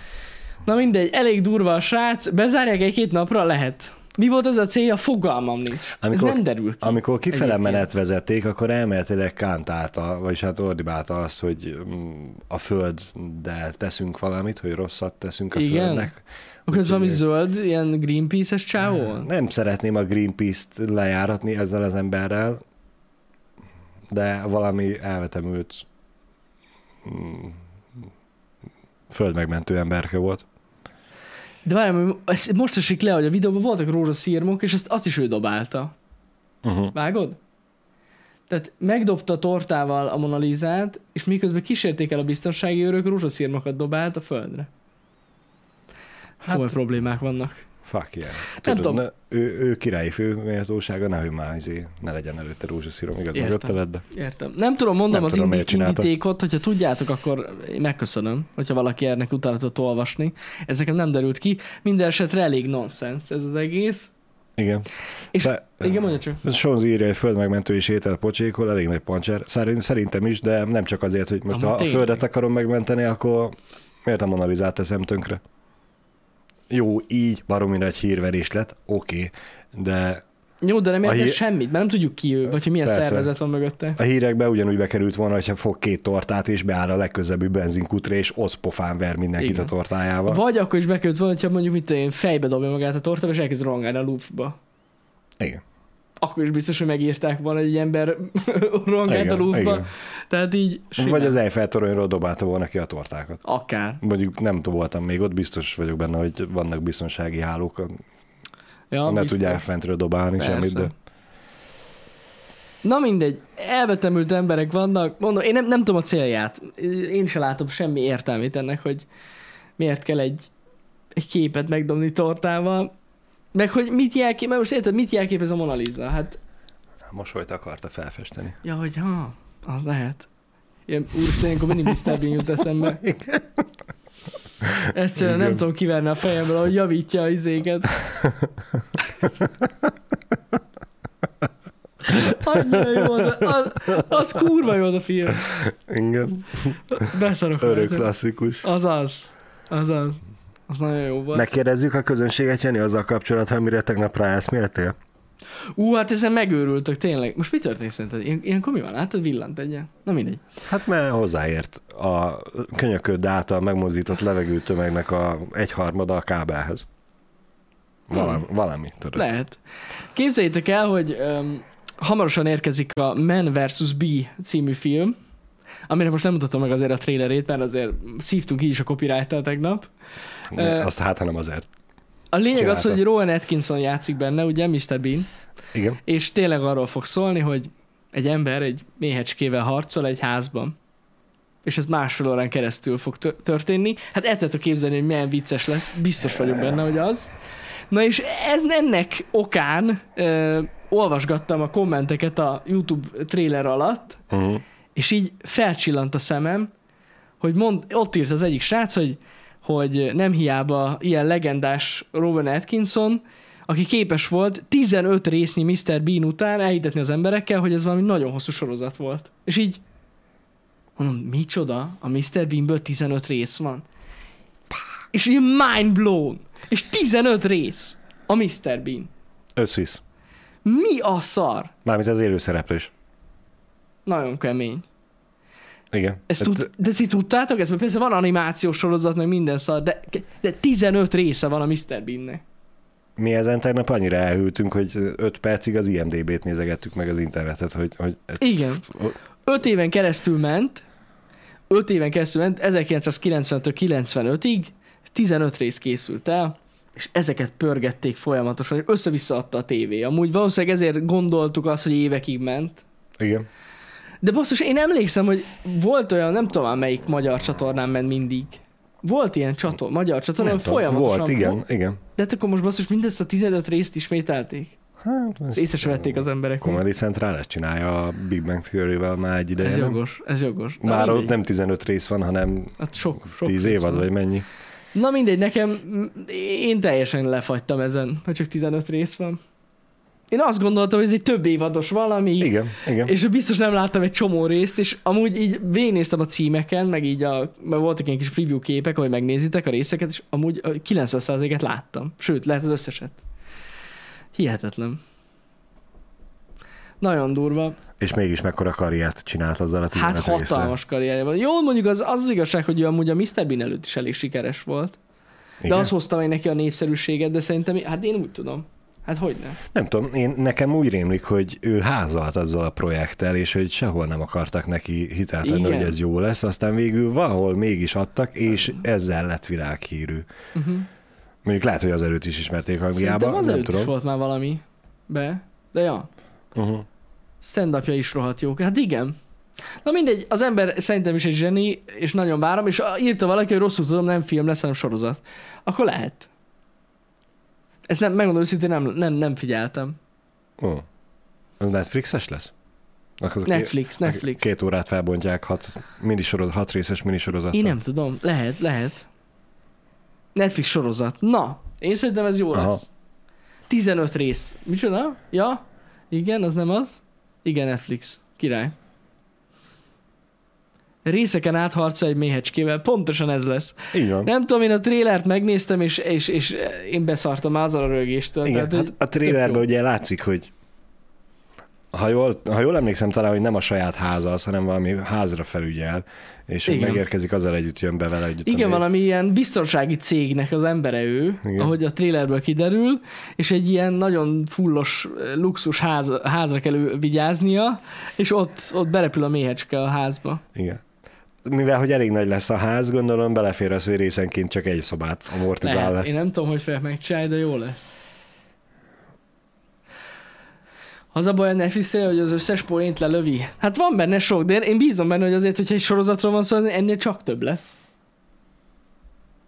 Na mindegy, elég durva a srác, bezárják egy-két napra, lehet. Mi volt az a célja? Fogalmam nincs. Amikor- Ez nem derül ki. Amikor kifele Egyébként. menet vezették, akkor elméletileg kántálta, vagyis hát ordibálta azt, hogy mm, a földdel teszünk valamit, hogy rosszat teszünk a Igen? földnek. Akkor ez Úgyhogy valami ő- zöld, ilyen Greenpeace-es csávó? volt? Nem szeretném a Greenpeace-t lejáratni ezzel az emberrel, de valami elvetemült mm, földmegmentő emberke volt. De várjál, hogy ez most esik le, hogy a videóban voltak rózsaszírmok, és ezt, azt is ő dobálta. Uh-huh. Vágod? Tehát megdobta tortával a Monalizát, és miközben kísérték el a biztonsági őrök, rózsaszírmokat dobált a földre. Hát, Hol problémák vannak. Fuck yeah. Nem Tudod, tudom. Ne, ő, ő királyi főméltósága, nehogy már izé, ne legyen előtte rózsaszírom, igaz, Értem. mögötte lett, de Értem. Nem tudom, mondom Nem az tudom, tudom, miért indi- csinálta. indítékot, hogyha tudjátok, akkor én megköszönöm, hogyha valaki ennek utána tud olvasni. Ez nekem nem derült ki. Minden esetre elég nonsens ez az egész. igen. És- de, Igen, mondja csak. Sonzi írja, hogy földmegmentő és étel pocsékol, elég nagy pancser. Szerint, szerintem is, de nem csak azért, hogy most Amúgy ha a tényleg. földet akarom megmenteni, akkor miért a monalizát teszem tönkre? Jó, így baromi nagy hírverés lett, oké, de Jó, de nem A érted hí- semmit, mert nem tudjuk ki ő, vagy hogy milyen Persze. szervezet van mögötte. a hírekbe ugyanúgy bekerült volna, hogyha fog két tortát, és beáll a legközelebbi benzinkutra, és ott pofán ver mindenkit Igen. a tortájával. Vagy akkor is bekerült volna, hogyha mondjuk mit tudom én fejbe dobja magát a tortába, és elkezd rongálni a loopba. Igen. Akkor is biztos, hogy megírták volna, hogy egy ember <laughs> rongált a Igen, loopba. igen. Tehát így simán. Vagy az Eiffel toronyról dobálta volna ki a tortákat. Akár. Mondjuk nem voltam még ott, biztos vagyok benne, hogy vannak biztonsági hálók, Ja, nem ne biztos. tudják fentről dobálni Persze. semmit, de Na mindegy, elvetemült emberek vannak, mondom, én nem, nem tudom a célját, én se látom semmi értelmét ennek, hogy miért kell egy, egy képet megdobni tortával, meg hogy mit jelkép, mert most érted, mit jelképez a Mona Lisa? Hát, mosolyt akarta felfesteni. ja, hogy ha, az lehet. Ilyen úristen, ilyenkor mindig Mr. Bean jut <laughs> eszembe. Egyszerűen nem Igen. tudom kiverni a fejemből, hogy javítja a izéket. Annyira jó az, az, az kurva jó az a film. Igen, Beszarok. örök rajta. klasszikus. Az az. Az az. Az nagyon jó volt. Meg... Megkérdezzük a közönséget, Jani, azzal kapcsolatban, amire tegnap ráeszméltél? Ú, hát ezen megőrültök, tényleg. Most mi történt szerinted? Ilyen, ilyenkor mi van? Látod, villant egyen? Na mindegy. Hát mert hozzáért a könyököd által megmozdított levegőtömegnek a egyharmada a kábelhez. Valami, Hmm. valami tudod. Lehet. Képzeljétek el, hogy um, hamarosan érkezik a Man vs. B című film. aminek most nem mutatom meg azért a trailerét, mert azért szívtunk így is a copyright tegnap. Ne, Ö, azt hát, hanem azért. A lényeg Csinálta. az, hogy Rowan Atkinson játszik benne, ugye Mr. Bean, Igen. és tényleg arról fog szólni, hogy egy ember egy méhecskével harcol egy házban. És ez másfél órán keresztül fog tö- történni. Hát el tudjátok képzelni, hogy milyen vicces lesz, biztos vagyok benne, hogy az. Na és ez ennek okán ö, olvasgattam a kommenteket a YouTube trailer alatt, Uh-huh. és így felcsillant a szemem, hogy mond, ott írt az egyik srác, hogy, hogy nem hiába ilyen legendás Rowan Atkinson, aki képes volt 15 résznyi Mr. Bean után elhitetni az emberekkel, hogy ez valami nagyon hosszú sorozat volt. És így mondom, micsoda? A Mr. Beanből 15 rész van? És így mind blown. És 15 rész a Mr. Bean. Összvisz. Mi a szar? Mármint az élőszereplős. Nagyon kemény. Igen. Ezt Hát, tud, de ti tudtátok ezt? Mert persze van animációs sorozat, meg minden szar, de, de 15 része van a Mr. Beannek. Mi ezen tegnap annyira elhűltünk, hogy 5 percig az IMDB-t nézegettük meg az internetet, hogy, hogy Igen. 5 éven keresztül ment, 5 éven keresztül ment, 1990-től 95-ig, 15 rész készült el, és ezeket pörgették folyamatosan, és össze-vissza adta a tévé. Amúgy valószínűleg ezért gondoltuk azt, hogy évekig ment. igen. De basszus, én emlékszem, hogy volt olyan, nem tudom már melyik magyar csatornán ment mindig. Volt ilyen csator, magyar Nem csatorna, ami tudom, Szóval folyamatosan Volt, igen, igen. De hát akkor most basszus mindezt a 15 részt ismételték. Hát, Ezt észre se vették az emberek. Comedy Central ezt csinálja a Big Bang Theory-vel már egy ez ideje, nem? jogos, ez jogos. Na Már ott mindegy. nem 15 rész van, hanem Hát sok, sok 10 rész évad, van. vagy mennyi. Na mindegy, nekem, m- én teljesen lefagytam ezen, hogy csak 15 rész van. Én azt gondoltam, hogy ez egy több évados valami, Igen, igen. és biztos nem láttam egy csomó részt, és amúgy így végignéztem a címeken, meg így a, mert voltak ilyen kis preview képek, hogy megnézitek a részeket, és amúgy a 90%-et láttam. Sőt, lehet az összeset. Hihetetlen. Nagyon durva. És mégis mekkora karriert csinált azzal a 15 Hát résszel. hatalmas karrierje van. Jó, mondjuk az, az, az igazság, hogy ő amúgy a Mr. Bean előtt is elég sikeres volt. De Igen. az hozta meg neki a népszerűséget, de szerintem, hát én úgy tudom. Hát hogy ne? Nem tudom, én, nekem úgy rémlik, hogy ő házalt azzal a projekttel, és hogy sehol nem akartak neki hitelt adni, Igen. hogy ez jó lesz, aztán végül valahol mégis adtak, és ezzel lett világhírű. Uh-huh. Mondjuk lehet, hogy az előtt is ismerték Szerintem Angliában, az nem előtt is tudom. volt már valami be. De ja, Uh-huh. stand is rohadt jók. Hát igen. Na mindegy, az ember szerintem is egy zseni, és nagyon várom, és a- írta valaki, hogy rosszul tudom, nem film lesz, hanem sorozat. Akkor lehet. Ezt nem, megmondom őszintén, nem, nem, nem figyeltem. Uh. Az Netflixes lesz? Akkor az a két- Netflix, Netflix. Két órát felbontják, hat, minisorozat, hat részes minisorozat. Én nem tudom, lehet, lehet. Netflix sorozat. Na, én szerintem ez jó Aha. lesz. 15 rész. Micsoda? Ja? Igen, az nem az? Igen, Netflix. Király. Részeken átharca egy méhecskével. Pontosan ez lesz. Így van. Nem tudom, én a trélert megnéztem, és, és, és én beszartam azon a rögéstől. Igen, tehát, hát hogy a trailerben jó. ugye látszik, hogy ha jól, ha jól emlékszem, talán, hogy nem a saját háza az, hanem valami házra felügyel, és hogy Igen. megérkezik, azzal együtt jön be vele együtt. Igen, ami- valami ilyen biztonsági cégnek az embere ő, Igen. Igen. ahogy a trélerből kiderül, és egy ilyen nagyon fullos, eh, luxus ház, házra kell ő vigyáznia, és ott, ott berepül a méhecske a házba. Igen. Mivel, hogy elég nagy lesz a ház, gondolom belefér az, hogy részenként csak egy szobát amortizál Lehet. le. Én nem tudom, hogy fogják megcsinálni, de jó lesz. Az a baj a netflix hogy az összes poént lelövi. Hát van benne sok, de én bízom benne, hogy azért, hogyha egy sorozatról van szó, ennél csak több lesz.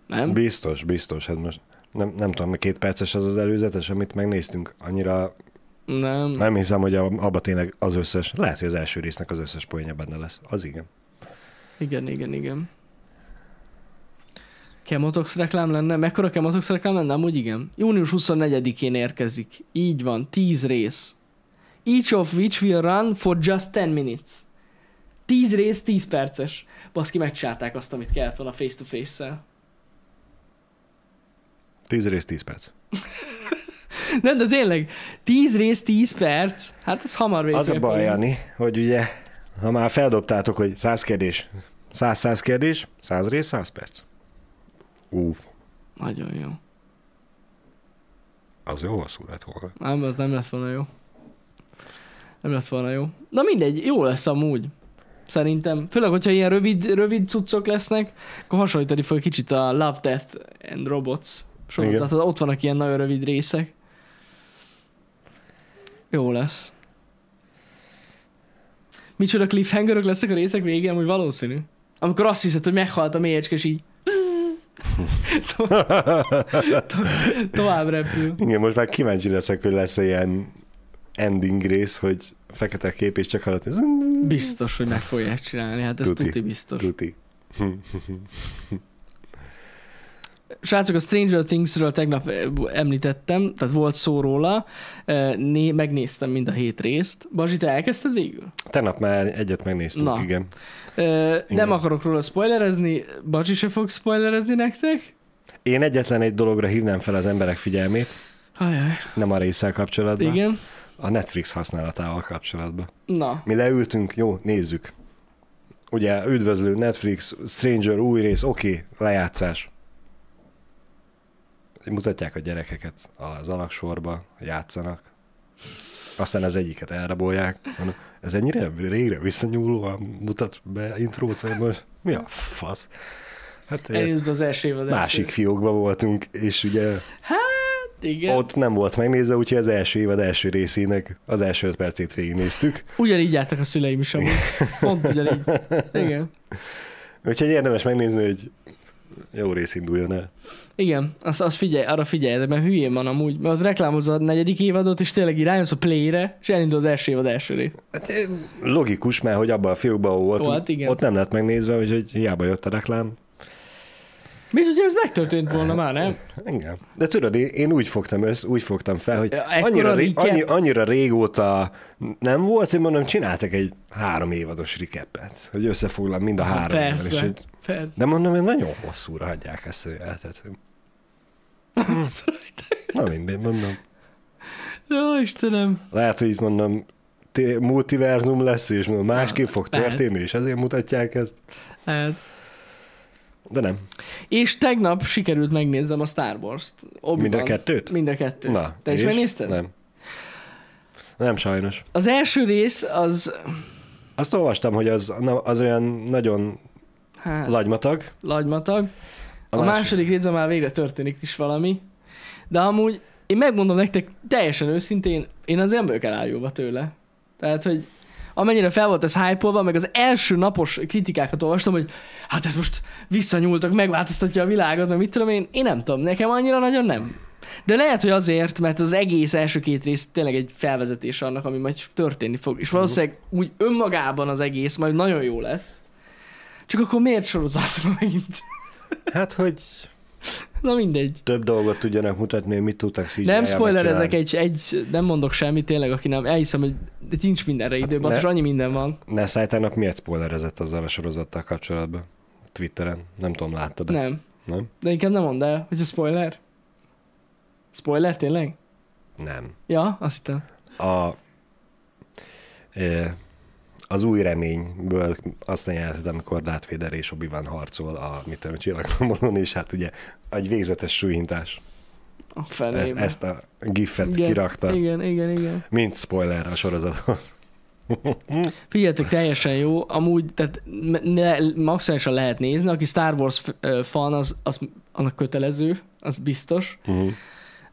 Nem? Biztos, biztos. Hát most nem, nem tudom, két perces az az előzetes, amit megnéztünk. Annyira Nem. nem hiszem, hogy ab- abba tényleg az összes, lehet, hogy az első résznek az összes poénja benne lesz. Az igen. Igen, igen, igen. Kemotox reklám lenne? Mekkora Kemotox reklám lenne? Amúgy igen. Június 24-én érkezik. Így van, 10 rész. Each of which will run for just 10 minutes. 10 rész, 10 perces. Baszki, megcsálták azt, amit kellett volna face-to-face-szel. Tíz rész, tíz perc. Nem, de tényleg, 10 rész, 10 perc. Hát ez hamar végig. Az a baj, Jani, hogy ugye, ha már feldobtátok, hogy száz kérdés, száz-száz kérdés, száz rész, száz perc. Ú, Nagyon jó. az jó hosszú lett volna. Nem, az nem lett volna jó. Nem lett volna jó. Na mindegy, jó lesz amúgy. Szerintem. Főleg, hogyha ilyen rövid, rövid cuccok lesznek, akkor hasonlítani fog kicsit a Love, Death and Robots sorozatot. Ott vannak ilyen nagyon rövid részek. Jó lesz. Micsoda cliffhangerök lesznek a részek végén, hogy valószínű. Amikor azt hiszed, hogy meghalt a mélyecske, és így to- to- tovább repül. Igen, most már kíváncsi leszek, hogy lesz ilyen ending rész, hogy fekete kép és csak alatt ez Biztos, hogy meg fogják csinálni, hát ez Tuti. tuti, biztos. tuti. Hm. Srácok, a Stranger Things-ről tegnap eh, említettem, tehát volt szó róla, eh, né- megnéztem mind a hét részt. Bazsi, te elkezdted végül? Tegnap már egyet megnéztük, Na. Na. igen. Eh, Igen. Nem akarok róla spoilerezni, Bacsi se fog spoilerezni nektek. Én egyetlen egy dologra hívnám fel az emberek figyelmét, Ajaj, nem a résszel kapcsolatban, igen. igen. a Netflix használatával kapcsolatban. Na, Mi leültünk, jó, nézzük. Ugye, üdvözlő Netflix, Stranger, új rész, oké, okay, lejátszás. Mutatják a gyerekeket az alaksorba, játszanak. Aztán az egyiket elrabolják. Mondom, ez ennyire régre visszanyúlóan mutat be intrót, vagy most mi a fasz? Hát eh, elindult az első évad. első. másik fiókba voltunk, és ugye Igen. ott nem volt megnézve, úgyhogy az első évad első részének az első öt percét végignéztük. Ugyanígy jártak a szüleim is amúgy. Pont ugyanígy. Igen. Úgyhogy érdemes megnézni, hogy jó rész induljon el. Igen, azt, azt figyelj, arra figyeljetek, mert hülyén van amúgy, mert az reklámozza a negyedik évadot, és tényleg irányulsz a play-re, és elindul az első évad első rész. Hát eh, logikus, mert hogy abban a fiókban ahol voltunk, hát igen. ott nem lett megnézve, úgyhogy hiába jött a reklám. Mi hogy ez megtörtént volna már, nem? Igen. De tudod, én, én úgy fogtam össz, úgy fogtam fel, hogy Ja, ekkora annyira, ré, recap. annyi, annyira régóta nem volt, hogy mondom, csináltak egy három évados recapet, hogy összefoglalom mind a három évvel, és persze, hogy- persze. De mondom, hogy nagyon hosszúra hagyják ezt a jelentet. Na mindegy, mondom. Jó, Istenem. Lehet, hogy itt mondom, té- multiverzum lesz, és mondom, másképp fog Lehet. történni, és ezért mutatják ezt. Hát. De nem. És tegnap sikerült megnézzem a Star Wars-t. Obi-Wan. Mind a kettőt? Mind a kettőt. Na, Te is és? megnézted? Nem. Nem sajnos. Az első rész az, Azt olvastam, hogy az, na- az olyan nagyon hát, lagymatag. lagymatag. A, a másik- második részben már végre történik is valami. De amúgy, én megmondom nektek teljesen őszintén, én azért nem vagyok elájulva tőle. Tehát, hogy amennyire fel volt ez hype meg az első napos kritikákat olvastam, hogy hát ez most visszanyúltak, megváltoztatja a világot, meg mit tudom én, én nem tudom, nekem annyira nagyon nem. De lehet, hogy azért, mert az egész első két rész tényleg egy felvezetés annak, ami majd történni fog. És valószínűleg úgy önmagában az egész majd nagyon jó lesz. Csak akkor miért sorozatra megint? Hát, hogy Na mindegy. több dolgot tudjanak mutatni, hogy mit tudtak cgi Nem spoiler ezek egy, egy, nem mondok semmit, tényleg, aki nem, elhiszem, hogy itt nincs mindenre idő, Hát basszus, ne- annyi minden van. Ne szájtának miért spoilerezett azzal a sorozattal kapcsolatban? Twitteren. Nem tudom, láttad De. Nem. Nem? De inkább nem mondd el, hogy a spoiler. Spoiler tényleg? Nem. Ja, azt hittem. A, e, az új reményből azt a jelentet, amikor Darth Vader és obi harcol a mit tudom, csillagdombolón, és hát ugye egy végzetes súlyintás. A Ezt, fenébe. ezt a gifet Igen, kirakta. Igen, igen, igen. Mint spoiler a sorozathoz. Figyeljetek, teljesen jó. Amúgy, tehát me- ne, maximálisan lehet nézni. Aki Star Wars f- ö, fan, az, az, annak kötelező, az biztos. Uh-huh.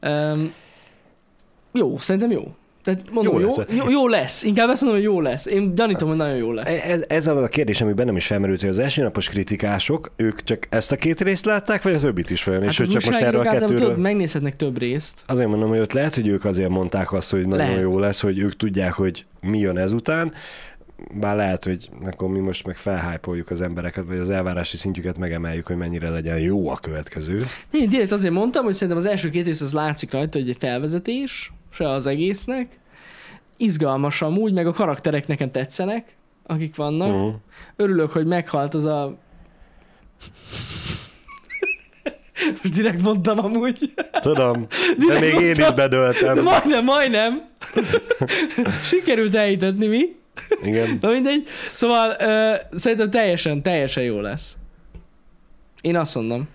Um, jó, szerintem jó. Tehát mondom, Jó jó, jó, lesz. lesz. jó, jó lesz. Inkább ezt mondom, hogy jó lesz. Én gyanítom, hogy nagyon jó lesz. E, Ez, ez a kérdés, ami bennem is felmerült, hogy az első napos kritikások, ők csak ezt a két részt látták, vagy a többit is fel, és Hát az hogy csak most erről újságírók a általában kettőről. Tudod, megnézhetnek több részt. Azért mondom, hogy ott lehet, hogy ők azért mondták azt, hogy nagyon Lehet. jó lesz, hogy ők tudják, hogy mi jön ezután, bár lehet, hogy akkor mi most meg felhájpoljuk az embereket, vagy az elvárási szintjüket megemeljük, hogy mennyire legyen jó a következő. Én direkt azért mondtam, hogy szerintem az első két rész az látszik rajta, hogy egy felvezetés, se az egésznek. Izgalmas amúgy, meg a karakterek nekem tetszenek, akik vannak. Uh-huh. Örülök, hogy meghalt az a... Most direkt mondtam amúgy. Tudom, de Direkt még én is mondtam. De bedöltem. majdnem, <laughs> majdnem. Sikerült elhitetni mi. Igen. Na mindegy. Szóval ö, szerintem teljesen, teljesen jó lesz. Én azt mondom.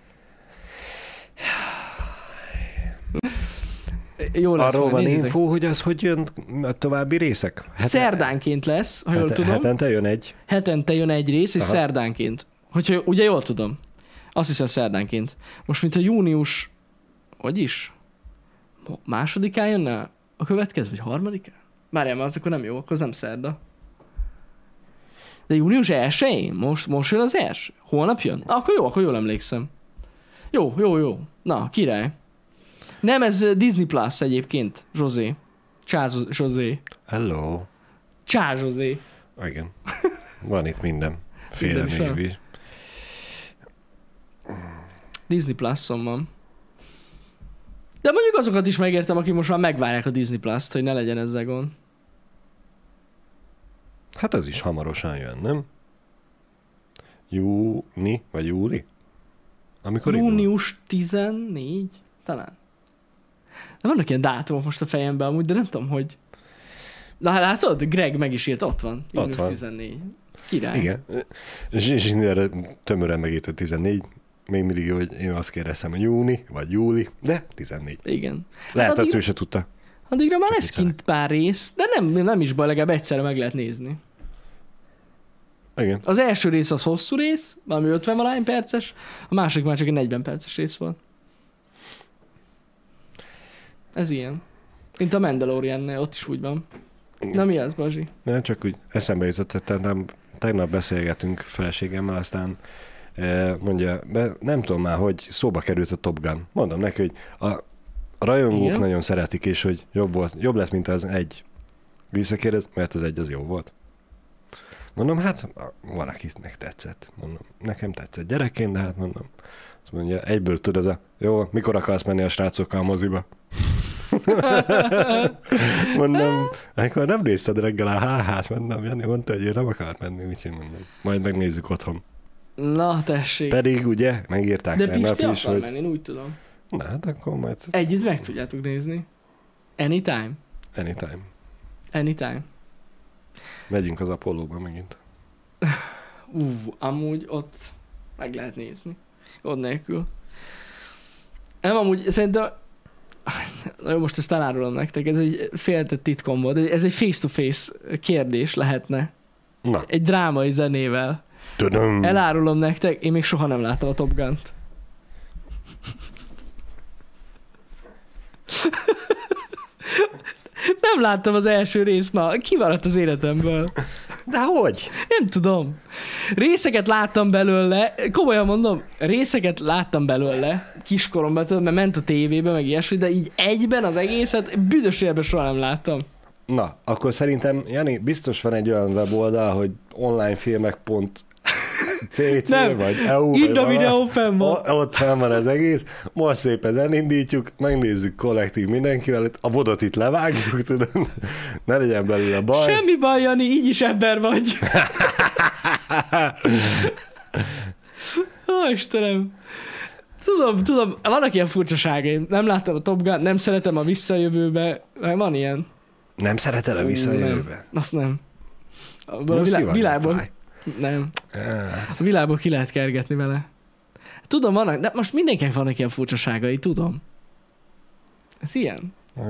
Jó lesz Arról van majd, Hát, nézzétek. infó, hogy az hogy jön a további részek? Hete- Szerdánként lesz, ha jól hete- tudom. Hetente jön egy. Hetente jön egy rész, és Aha. szerdánként. Hogyha, ugye jól tudom? Azt hiszem szerdánként. Most, mint a június, hogy is? Mo- Másodikán jönne a következő, vagy harmadikán? Várjál, mert az akkor nem jó, akkor az nem szerda. De június 1 most, most jön az első? Holnap jön? Akkor jó, akkor jól emlékszem. Jó, jó, jó. Na, király. Nem, ez eh, Disney Plus egyébként, José. Csáz José. Hello. Csáz José. Igen. Van itt minden. Féle Minden is van. névi. Disney Plus-on van. De mondjuk azokat is megértem, akik most már megvárják a Disney Plus-t, hogy ne legyen ezzel gond. Hát az is hamarosan jön, nem? Júni, vagy júli? Amikor indul. Június 14? Talán. De vannak ilyen dátumok most a fejemben amúgy, de nem tudom, hogy... Na hát látod, Greg meg is írt, ott van. Június van. 14. Király. Igen. És erre tömören megírt a 14. Még mindig jó, hogy én azt kérdeztem, hogy júni, vagy júli, de 14. Igen. Lehet, addig- azt ő se tudta. Addigra már Csak lesz viccelek. kint pár rész, de nem, nem is baj, legalább egyszerre meg lehet nézni. Igen. Az első rész az hosszú rész, valami 50 valány perces, a másik már csak egy 40 perces rész volt. Ez ilyen. Mint a mandalorian ott is úgy van. Na mi az, Bazsi? Nem csak úgy eszembe jutott, tehát nem, tegnap beszélgetünk feleségemmel, aztán eh, mondja, be, nem tudom már, hogy szóba került a Top Gun. Mondom neki, hogy a rajongók Igen. Igen. nagyon szeretik, és hogy jobb, volt, jobb lett, mint az egy. Visszakérdez, mert az egy az jó volt. Mondom, hát a- van, akinek tetszett. Mondom, nekem tetszett gyerekként, de hát mondom. Azt mondja, egyből tud ez a, jó, mikor akarsz menni a srácokkal a moziba? mondom, akkor nem nézted reggel a háhát, mondom, Jani mondta, hogy ő nem akart menni, úgyhogy mondom. Majd megnézzük otthon. Na tessék. Pedig ugye, megírták De tegnap Pisti is, akar hogy menni, én úgy tudom. na hát akkor majd Együtt meg tudjátok nézni. Anytime. anytime. Anytime. Megyünk az Apollo-ba megint. Ú, amúgy ott meg lehet nézni. Gond nélkül. Nem, amúgy szerintem... Na jó, most ezt elárulom nektek, ez egy féltett titkom volt. Ez egy face-to-face kérdés lehetne. Na, Egy drámai zenével. tudom. Elárulom nektek, én még soha nem láttam a Top Gun-t. <laughs> Nem láttam az első részt, na, kimaradt az életemből. De hogy? Nem tudom. Részeket láttam belőle, komolyan mondom, részeket láttam belőle kiskoromban, tudod, mert ment a tévébe, meg ilyesmi, de így egyben az egészet büdös életben soha nem láttam. Na, akkor szerintem, Jani, biztos van egy olyan weboldal, hogy <laughs> onlinefilmek.cc Nem, vagy EU, vagy Itt a valami. videó fenn van. O- Ott fenn van az egész, most szépen elindítjuk, megnézzük kollektív mindenkivel, itt a vodot itt levágjuk, <laughs> tudod, ne legyen belőle baj. Semmi baj, Jani, így is ember vagy. Ó, Istenem. Tudom, tudom, vannak ilyen furcsaságaim. Nem láttam a Top Gun, nem szeretem a visszajövőbe. Van ilyen. Nem szereted a Ú, visszajövőbe? Azt nem. A Jó, vilá- szívadnak világból, fáj. nem. Á, A világból ki lehet kergetni vele. Tudom, vannak, de most mindenkinek vannak ilyen furcsaságai, tudom. Ez ilyen. á.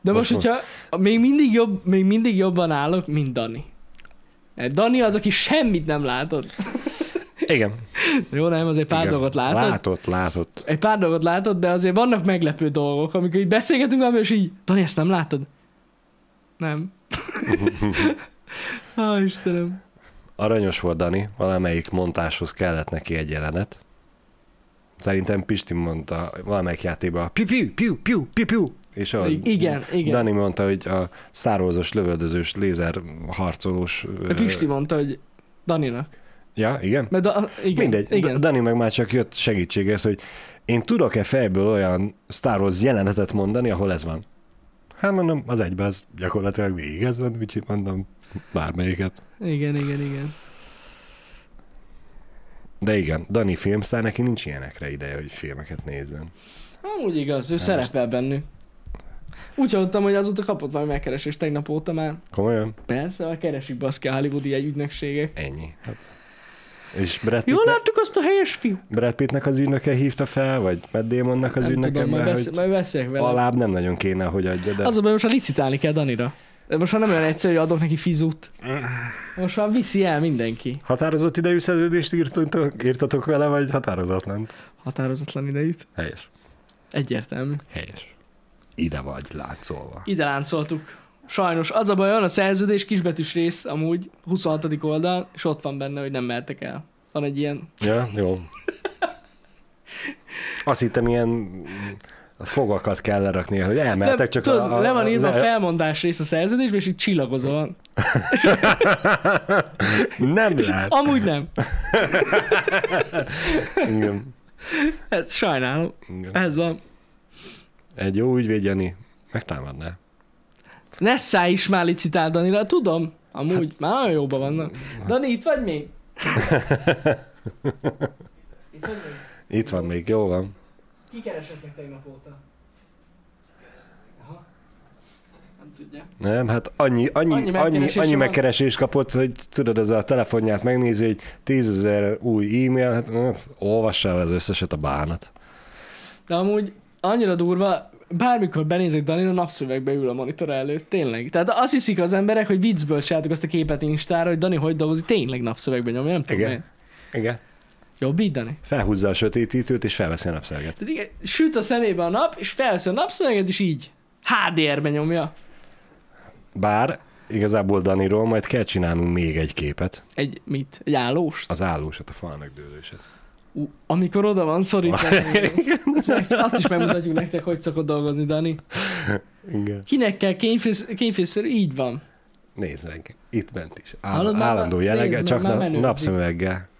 De most, Most hogyha még mindig, jobb, még mindig jobban állok, mint Dani. Mert Dani az, aki semmit nem látott. Igen. Jó, nem, azért pár igen. dolgot látott. Látott, látott. Egy pár dolgot látod, de azért vannak meglepő dolgok, amikor így beszélgetünk valami, és így, Dani, ezt nem látod? <laughs> Nem. Á, Istenem. Aranyos volt Dani, valamelyik montáshoz kellett neki egy jelenet. Szerintem Pisti mondta valamelyik játékban, piu, piu, piu, piu, piu, piu. És az Igen, igen. Dani mondta, hogy a szározós, lövöldözős, lézer harcolós... De Pisti mondta, hogy Daninak. Ja, igen? Mert da, igen, Mindegy. igen. Igen. Dani meg már csak jött segítségért, hogy én tudok-e fejből olyan Star Wars jelenetet mondani, ahol ez van. Hát mondom, az egyben az gyakorlatilag végig ez van, úgyhogy mondom, bármelyiket. Igen, igen, igen. De igen, Dani filmsztár, neki nincs ilyenekre ideje, hogy filmeket nézzen. Amúgy igaz, ő most- szerepel bennük. Úgy hallottam, hogy azóta kapott valami megkeresést tegnap óta már. Komolyan? Persze, már keresik baszki a hollywoodi egy ügynökségek. Ennyi. Hát, És Brad, Jól Pittnek, láttuk azt a helyes fiú. Brad Pittnek az ügynöke hívta fel, vagy Matt Damonnak az nem ügynöke, tudom, majd, mert besz- hogy majd beszélek vele. alább nem nagyon kéne, hogy adja, de Az a baj, most már licitálni kell Danira. De most már nem olyan egyszerű, hogy adok neki fizut. Mm. Most már viszi el mindenki. határozott idejű szerződést írtatok, írtatok vele, vagy határozatlan? Határozatlan idejűt. Helyes. Egyértelmű. Helyes. Ide vagy, <laughs> látszolva. Ide láncoltuk. Sajnos az a baj, olyan a szerződés, kisbetűs rész amúgy, 26. oldal, és ott van benne, hogy nem mertek el. Van egy ilyen, Ja, jó. Azt hittem, ilyen fogakat kell lerakni, hogy elmentek, nem, csak tudod, a, a, le van írva a ne- felmondás rész a szerződésben, és így csillagozva van. <laughs> Nem És lehet. amúgy nem. Igen. Hát sajnálom, Igen. ez van. Egy jó ügyvéd, Jani, megtámadná. Nessá is már licitál Danira, tudom. Amúgy hát... már nagyon jóban vannak. Dani, itt vagy <laughs> még? itt vagy még? Itt van még, jó van. Ki keresett meg tegnap óta? Aha. Nem tudja. Nem, hát annyi, annyi, Annyi annyi, megkeresés annyi, annyi van. megkeresés kapott, hogy tudod, ez a telefonját megnézi, hogy tízezer új e-mail, hát ö, olvass el az összeset a bánat. De amúgy annyira durva, bármikor benézek Danira, napszövegbe ül a monitor előtt, tényleg. Tehát azt hiszik az emberek, hogy viccből csináltuk azt a képet Instára, hogy Dani hogy dolgozik, tényleg napszövegbe nyomja, nem tudom Igen. én. Igen. Jobb így, Dani. Felhúzza a sötétítőt, és felveszi a napszerget. Tehát igen, süt a szemébe a nap, és felveszi a napszöveget, és így. HDR-be nyomja. Bár igazából Daniról majd kell csinálnunk még egy képet, Egy mit? Egy állóst? az állósat, a fal megdőlőset. Ú, amikor oda van <laughs> szorítva. Azt meg- Azt is megmutatjuk nektek, hogy szokott dolgozni, Dani. Igen. Kinek kell kényfősz, kényfőször? Így van. Nézd meg, itt bent is. Áll, Hallod, már- állandó nézd jelege, meg, csak már na, menőzik. napszemüveggel.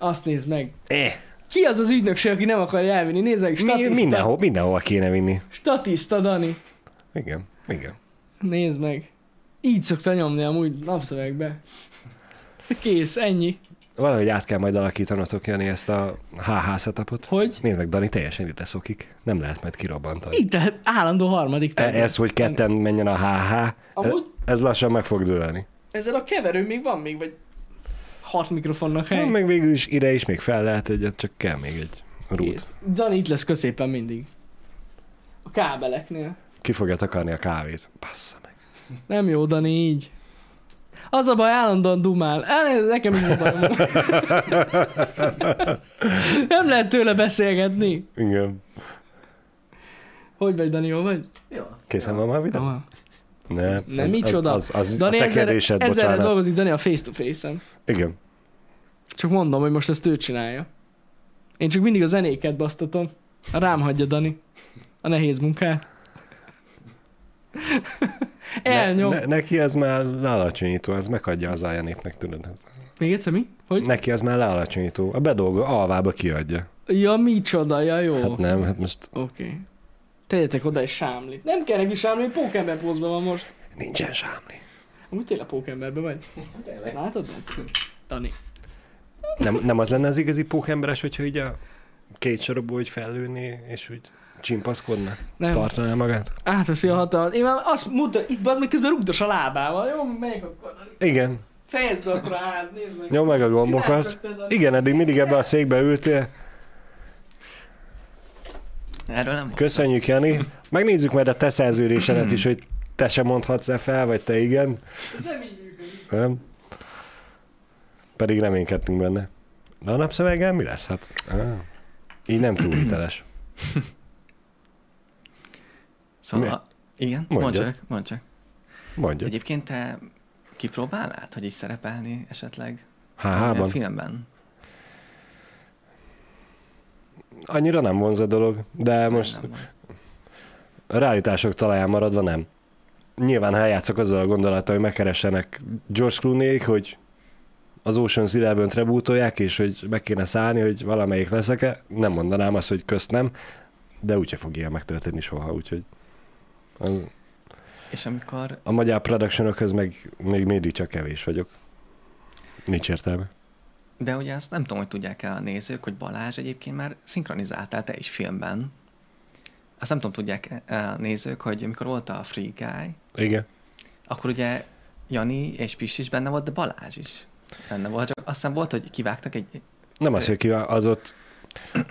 Azt nézd meg. Eh, Ki az az ügynökség, aki nem akarja elvinni? Nézd meg, mi, statiszta. mindenhol, mindenhova kéne vinni. Statiszta, Dani. Igen, igen. Nézd meg. Így szokta nyomni amúgy napszövegbe. Kész, ennyi. Valahogy át kell majd alakítanatok, Jani, ezt a HH setupot. Hogy? Nézd meg, Dani teljesen ide szokik. Nem lehet majd kirobbantani. Így tehát állandó harmadik E, tag lesz. ez, hogy ketten menjen a HH, Amúgy? ez lassan meg fog dőlni. Ezzel a keverő még van még, vagy hat mikrofonnak Hey. hely. Meg végül is ide is még fel lehet egyet, csak kell még egy rút. Kész. Dani itt lesz középen mindig. A kábeleknél. Ki fogja takarni a kávét? Bassza meg. Nem jó, Dani, így. Az a baj, állandóan dumál. El, nekem is a bajom. <laughs> Nem lehet tőle beszélgetni. Igen. Hogy vagy, Dani, jó vagy? Készen van már videó? Aha. Ne. Ne, az- micsoda? Az, az, az a Dani, ezzel, tekerésed, ezzel bocsánat. dolgozik Dani a face-to-face-en. Igen. Csak mondom, hogy most ezt ő csinálja. Én csak mindig a zenéket basztatom. Rám hagyja Dani. A nehéz munkát. Elnyom. Ne, ne, neki ez már lealacsonyító, ez megadja az ájanépnek, tudod. Még egyszer mi? Hogy? Neki az már lealacsonyító. A bedolga alvába kiadja. Ja, micsoda, ja, jó. Hát nem, hát most Oké. Okay. Tegyetek oda egy sámlit. Nem kell neki sámlit, pókember pózban van most. nincsen sámli. Amúgy tényleg pókemberben vagy. Látod ezt? Dani. Nem, nem az lenne az igazi pókemberes, hogyha így a két sorokból hogy fellőni, és úgy csimpaszkodna, Nem. Tart. tartaná magát? Átveszi a hatalmat. Én már azt mutat, itt az meg közben rúgdos a lábával. Jó, megyek akkor. Dani. Igen, Fejezd be akkor át, nézd meg. nyom meg a gombokat. Igen, eddig mindig ebbe a székbe ültél. Erről nem volt. Köszönjük, Jani. Megnézzük majd a te szerződésedet is, hogy te sem mondhatsz-e fel, vagy te igen. Ez nem így működik. Nem? Pedig reménykedtünk benne. De a napszöveggel mi lesz? Hát, á, így nem túl hiteles. Szóval, Mi? igen, Mondja. mondd csak, mondd csak. Mondja. Egyébként te kipróbálnád, hogy is szerepelni esetleg valamilyen Háhában. filmben? Annyira nem vonz a dolog, de Hát most Nem, nem volt. a realitások talaján maradva nem. Nyilván, ha eljátszok azzal a gondolattal, hogy megkeressenek George clooney hogy az Ocean's Eleven-t rebootolják, és hogy meg kéne szállni, hogy valamelyik leszek-e, nem mondanám azt, hogy közt nem, de úgyse fog ilyen megtörténni soha, úgyhogy az, És amikor, a magyar productionokhoz meg még mindig csak kevés vagyok. Nincs értelme. de ugye azt nem tudom, hogy tudják-e a nézők, hogy Balázs egyébként már szinkronizáltál te is filmben. Azt nem tudom, tudják e, a nézők, hogy amikor volt a Free Guy, Igen. akkor ugye Jani és Pisti is benne volt, de Balázs is. benne volt. Csak azt hiszem volt, hogy kivágtak egy... Nem az, hogy ki az ott,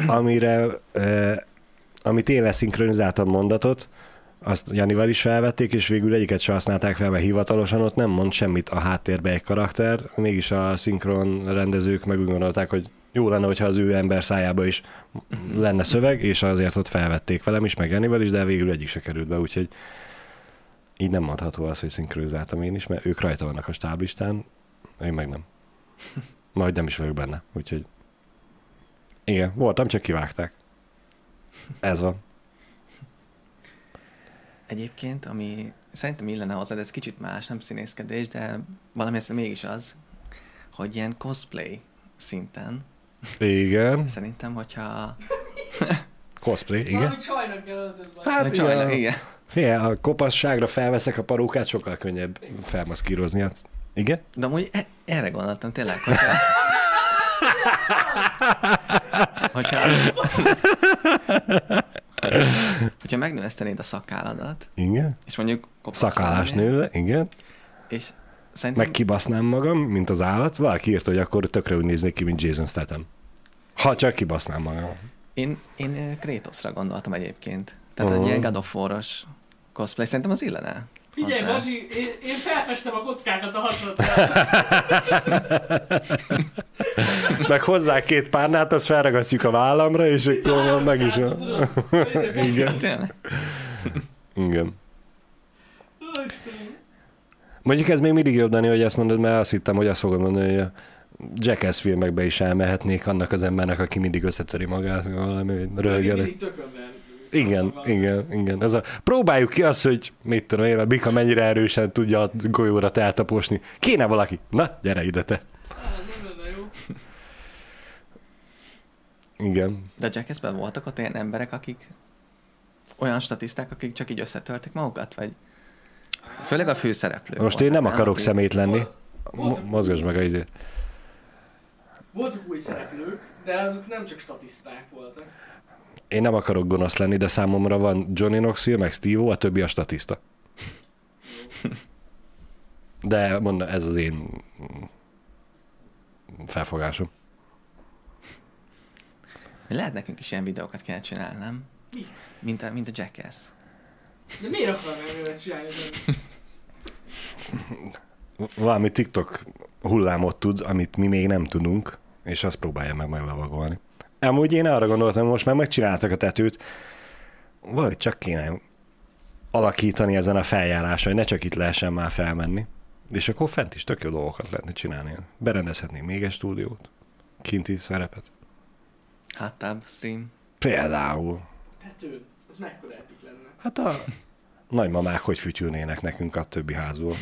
amire, eh, amit én leszinkronizáltam mondatot, azt Janival is felvették, és végül egyiket se használták fel, mert hivatalosan ott nem mond semmit a háttérbe egy karakter, mégis a szinkron rendezők meg úgy gondolták, hogy jó lenne, hogyha az ő ember szájába is lenne szöveg, és azért ott felvették velem is, meg Janival is, de végül egyik se került be, úgyhogy így nem mondható az, hogy szinkronizáltam én is, mert ők rajta vannak a stáblistán, én meg nem. Majd nem is vagyok benne, úgyhogy igen, voltam, csak kivágták. Ez van. Egyébként, ami szerintem illene hozzá, de ez kicsit más, nem színészkedés, de valami ez mégis az, hogy ilyen cosplay szinten. Igen. Szerintem, hogyha... Cosplay, igen. Valami csajnak kell öltözve. Hát Csajna, igen. igen. Fél, a kopasságra felveszek a parókát, sokkal könnyebb felmaszkírozni. Hát, igen? De amúgy e- erre gondoltam tényleg, hogyha... <laughs> Hát, hogyha... hogyha megnövesztenéd a szakálladat, Igen. és mondjuk... kopasz Szakálás lennél, nőle, igen. És szerintem... Meg kibasznám magam, mint az állat. Valaki írta, hogy akkor tökre úgy néznék ki, mint Jason Statham. Ha csak kibasznám magam. <laughs> Én, én ö, Kratosra gondoltam egyébként. Tehát egy Aha. ilyen God of War-os cosplay, szerintem az illene. Figyelj, hozzá. Bazsi, én, én felfestem a kockákat a hasonlatára. Meg hozzá két párnát, azt felragasztjuk a vállamra, és akkor van meg is. A... Igen. Ja, tényleg? Igen. Mondjuk ez még mindig jobb, Dani, hogy ezt mondod, mert azt hittem, hogy azt fogod mondani, hogy a Jackass filmekbe is elmehetnék annak az embernek, aki mindig összetöri magát, meg valami röhögel. Igen, igen, igen. Ez a, próbáljuk ki azt, hogy mit tudom én, a bika mennyire erősen tudja a golyóra eltaposni. Kéne valaki. Na, gyere ide te. Igen. De a Jackassben voltak ott olyan emberek, akik olyan statiszták, akik csak így összetörték magukat, vagy főleg a főszereplő. Most én nem voltak, akarok Akik- szemét lenni. Mo- mozgass meg a izé. izét. Voltak új szereplők, de azok nem csak statiszták voltak. Én nem akarok gonosz lenni, de számomra van Johnny Knoxville, meg Steve a többi a statiszta. De mondom, ez az én felfogásom. Lehet nekünk is ilyen videókat kell csinálni, nem? Mit? Mint a, mint a Jackass. De miért akarnám őket csinálni? Valami TikTok hullámot tud, amit mi még nem tudunk, és azt próbálja meg meglavagolni. Amúgy én arra gondoltam, most már megcsináltak a tetőt, valahogy csak kéne alakítani ezen a feljáráson, hogy ne csak itt lehessen már felmenni. És akkor fent is tök jó dolgokat lehetne csinálni. Berendezhetnénk még egy stúdiót, kinti szerepet. Hot tub stream. Például. Tetőn. Ez mekkora epik lenne. Hát a nagymamák hogy fütyülnének nekünk a többi házból.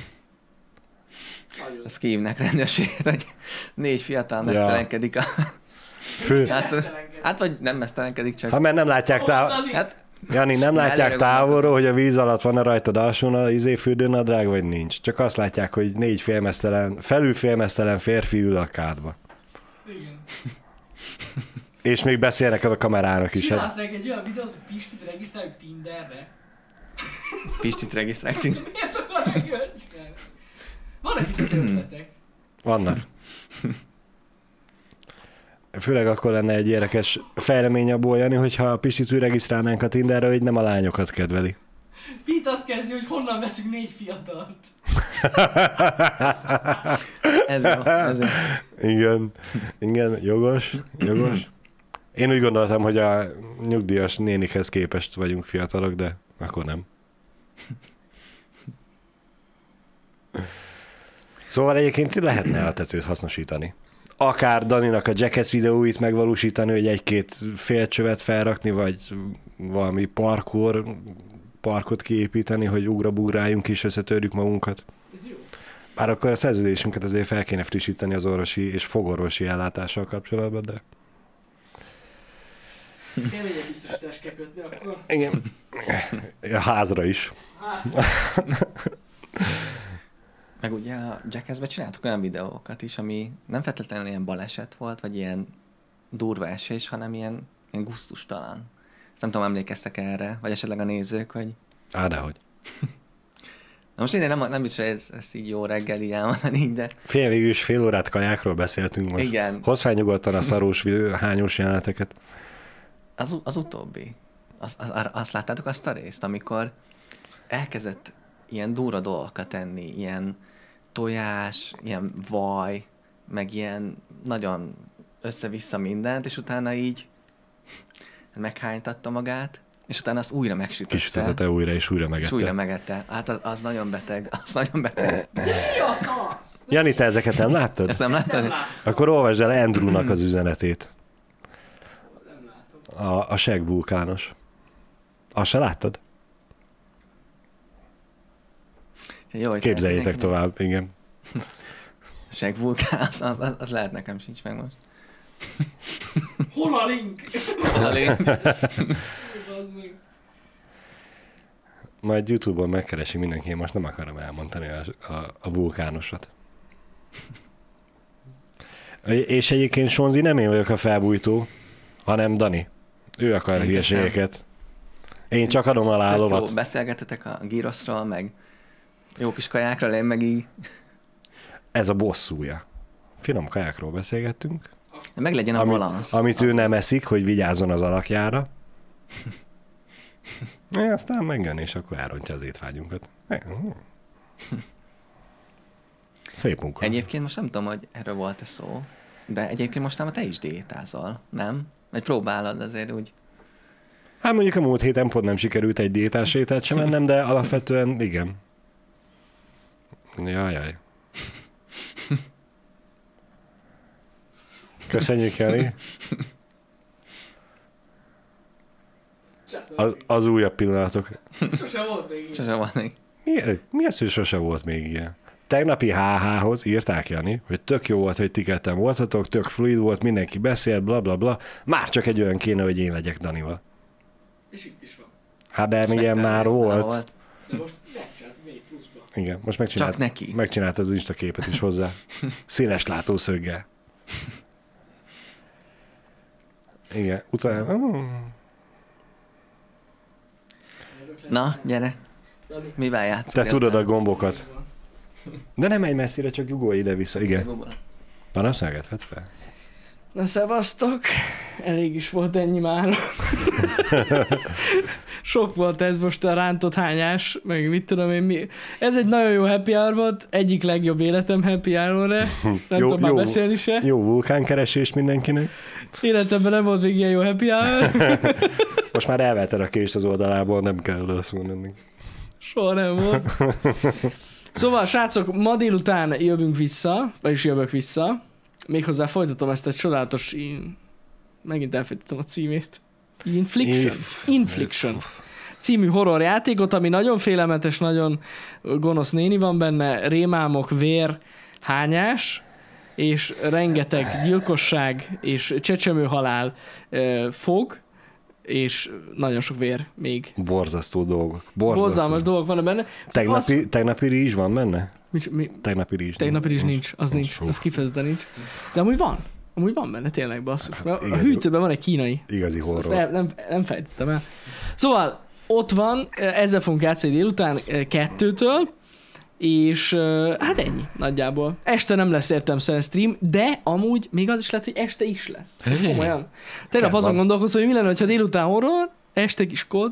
Nagyon. Ezt kihívnak rendőrséget, <laughs> hogy négy fiatal Ja. mesztelenkedik. A... Fő, Azt, Mesztelenkedik. hát vagy nem mesztelenkedik, csak... ha mert nem látják távol, Hát Jani, nem Már látják előre távolról, hogy a víz alatt van-e rajtad alsón a izé fürdőnadrág, vagy nincs. Csak azt látják, hogy négy félmeztelen, felülfélmeztelen férfi ül a kádba. Igen. És még beszélnek a kamerának is. Hát, Csinálhatnánk egy olyan videót, hogy Pistit regisztráljuk Tinderre. Pistit regisztráltunk. Miért akarnánk őket csinálni? Vannak itt az ötletek. vannak. Főleg akkor lenne egy érdekes fejlemény abból, Jani, hogyha a Pistit úgy regisztrálnánk a Tinderre, hogy nem a lányokat kedveli. <laughs> Pete azt kezdi, hogy honnan veszünk négy fiatalt. Ez jó, ez jó. Igen, igen, jogos, jogos. Én úgy gondoltam, hogy a nyugdíjas nénikhez képest vagyunk fiatalok, de akkor nem. Szóval egyébként lehetne a tetőt hasznosítani. Akár Daninak a Jackass videóit megvalósítani, hogy egy-két félcsövet felrakni, vagy valami parkour, parkot kiépíteni, hogy ugrabugráljunk és összetörjük magunkat. Ez jó. Már akkor a szerződésünket azért fel kéne frissíteni az orvosi és fogorvosi ellátással kapcsolatban, de... Kell egy biztosítást kell kötni, akkor Igen. <laughs> A házra is. hát, Meg ugye a Jackassben csináltak olyan videókat is, ami nem feltétlenül ilyen baleset volt, vagy ilyen durva esés, hanem ilyen, ilyen gusztustalan. Ezt nem tudom, emlékeztek erre, vagy esetleg a nézők, hogy Á, dehogy. Na most én nem, nem is ez, ez így jó reggel így elmondani, így, de Fél végül is fél órát kajákról beszéltünk most. igen, Hozz fel nyugodtan a szarós, vi- hányós jeleneteket. az, u- az utóbbi. Az, az, ar- azt láttátok azt a részt, amikor elkezdett ilyen durva dolgokat tenni, ilyen tojás, ilyen vaj, meg ilyen nagyon össze-vissza mindent, és utána így meghánytatta magát, és utána azt újra megsütötte. Kisütötete újra és újra És újra megette. megette. Hát az, az nagyon beteg, az nagyon <laughs> beteg. Jani, te ezeket nem láttad? Ezt nem láttad? Akkor olvasd el Andrewnak az üzenetét. A, a seg vulkános. Azt se láttad? Jó, hogy Képzeljétek nekem- tovább, igen. Segvulkán, az, az, az, az, lehet nekem sincs meg most. Hol a link? Alé. Az meg. Majd Youtube-on megkeresi mindenki, én most nem akarom elmondani a, a, a vulkánosat. És egyébként Sonzi nem én vagyok a felbújtó, hanem Dani. Ő akar Én hülyeségeket. Én csak adom alá a Tök lovat. Jó, beszélgetetek a gyroszról, meg jó kis kajákról, én meg így. Ez a bosszúja. Finom kajákról beszélgettünk. Meg legyen a Ami- balansz. Amit ő nem eszik, hogy vigyázzon az alakjára. <laughs> É, aztán megjön, és akkor elrontja az étvágyunkat. É, hm. <laughs> Szép munka. Egyébként most nem tudom, hogy erről volt-e szó, de egyébként mostában te is diétázol, nem? Vagy próbálod azért úgy. Hát mondjuk a múlt héten pont nem sikerült egy diétás ételt sem mennem, de alapvetően igen. Jaj, jaj. Köszönjük, Jani. Az, az újabb pillanatok. Sose volt még ilyen. Sose van még. Mi, mi az, hogy sose volt még ilyen? Tegnapi HH-hoz írták, Jani, hogy tök jó volt, hogy ti ketten voltatok, tök fluid volt, mindenki beszélt, bla bla bla. Már csak egy olyan kéne, hogy én legyek Danival. És itt is van. Hát de Ezt milyen megtenni. már volt. volt. De most megcsinált még pluszba. Igen, most Csak megcsinált, neki. megcsinált az Insta képet is hozzá. Színes látószöggel. Igen, utána... Mm. Na, gyere, Dani, mivel játszol? Te tudod a itt gombokat. van. De nem egy messzire, csak jugolj ide-vissza. Igen. Panaszolgat, vedd fel. Na szevasztok, elég is volt ennyi <laughs> már. Sok volt ez most a rántott hányás, meg mit tudom én mi. Ez egy nagyon jó happy hour volt, egyik legjobb életem happy hour -e. Nem Jó- tudom már jó. beszélni se. Jó vulkánkeresés mindenkinek. Életemben nem volt még ilyen jó happy <laughs> hour. Most már elvetted a kést az oldalából, nem kell azt mondani. Soha nem volt. <laughs> Szóval, srácok, ma délután jövünk vissza, vagyis jövök vissza. Méghozzá folytatom ezt a csodálatos... In... Megint elfejtettem a címét. Infliction. If- Infliction. című horror játékot, ami nagyon félelmetes, nagyon gonosz néni van benne, rémámok, vér, hányás, és rengeteg gyilkosság és csecsemő halál ö, fog, és nagyon sok vér még. Borzasztó dolgok. Borzasztó. Borzalmas dolgok vannak benne. Tegnapi, tegnapi rizs van benne? Mi, mi, Tegnapi rizs. tegnapi is nincs, az nincs, Fú. az kifejezetten nincs. De amúgy van, amúgy van benne tényleg basszus. Mert Hát a igen, hűtőben van egy kínai. Igazi Ezt- ezt horror. Nem, nem, nem fejtettem el. Szóval ott van, e, ezzel fogunk játszani délután eh, kettőtől, és eh, hát ennyi nagyjából. Este nem lesz értem szerint stream, de amúgy még az is lehet, hogy este is lesz. És komolyan. Tegnap Kedv azon van. gondolkozom, hogy mi lenne, ha délután horror, este kis kód.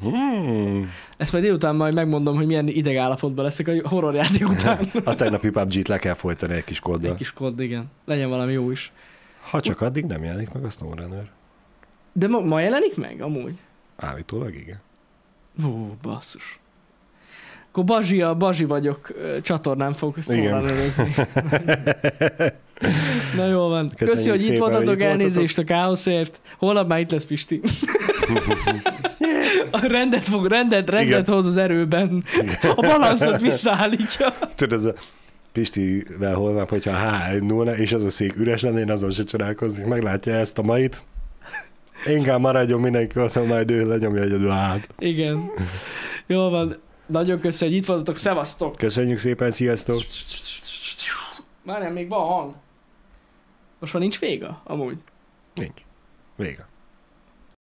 Hmm. Ezt majd délután majd megmondom, hogy milyen idegállapotban leszek a horror játék után. A tegnapi PUBG-t le kell folytani egy kis Egy koddal. kis kód, igen. Legyen valami jó is. Ha csak addig nem jelenik meg a SnowRunner. De ma, ma jelenik meg amúgy? Állítólag igen. Ó, basszus. Akkor Bazsi, a Bazsi vagyok ö, csatornán fog Igen. <laughs> szólalörözni. Na jól van. Köszi, Köszönjük hogy itt szépen, voltatok, hogy itt elnézést a káoszért. Holnap már itt lesz <laughs> Pisti. a rendet fog, rendet, rendet hoz az erőben. A balanszot visszaállítja. <laughs> Tudod, ez a Pistivel holnap, hogyha H nulla és az a szék üres lenne, én azon se csodálkoznék. Meglátja ezt a mait. Inkább maradjon mindenki otthon, majd ő lenyomja egyedül hát. Igen. Jól van. Nagyon köszi, hogy itt voltatok. Szevasztok. Köszönjük szépen, sziasztok! Már nem, még van hang. Most már nincs vége, amúgy. Vége.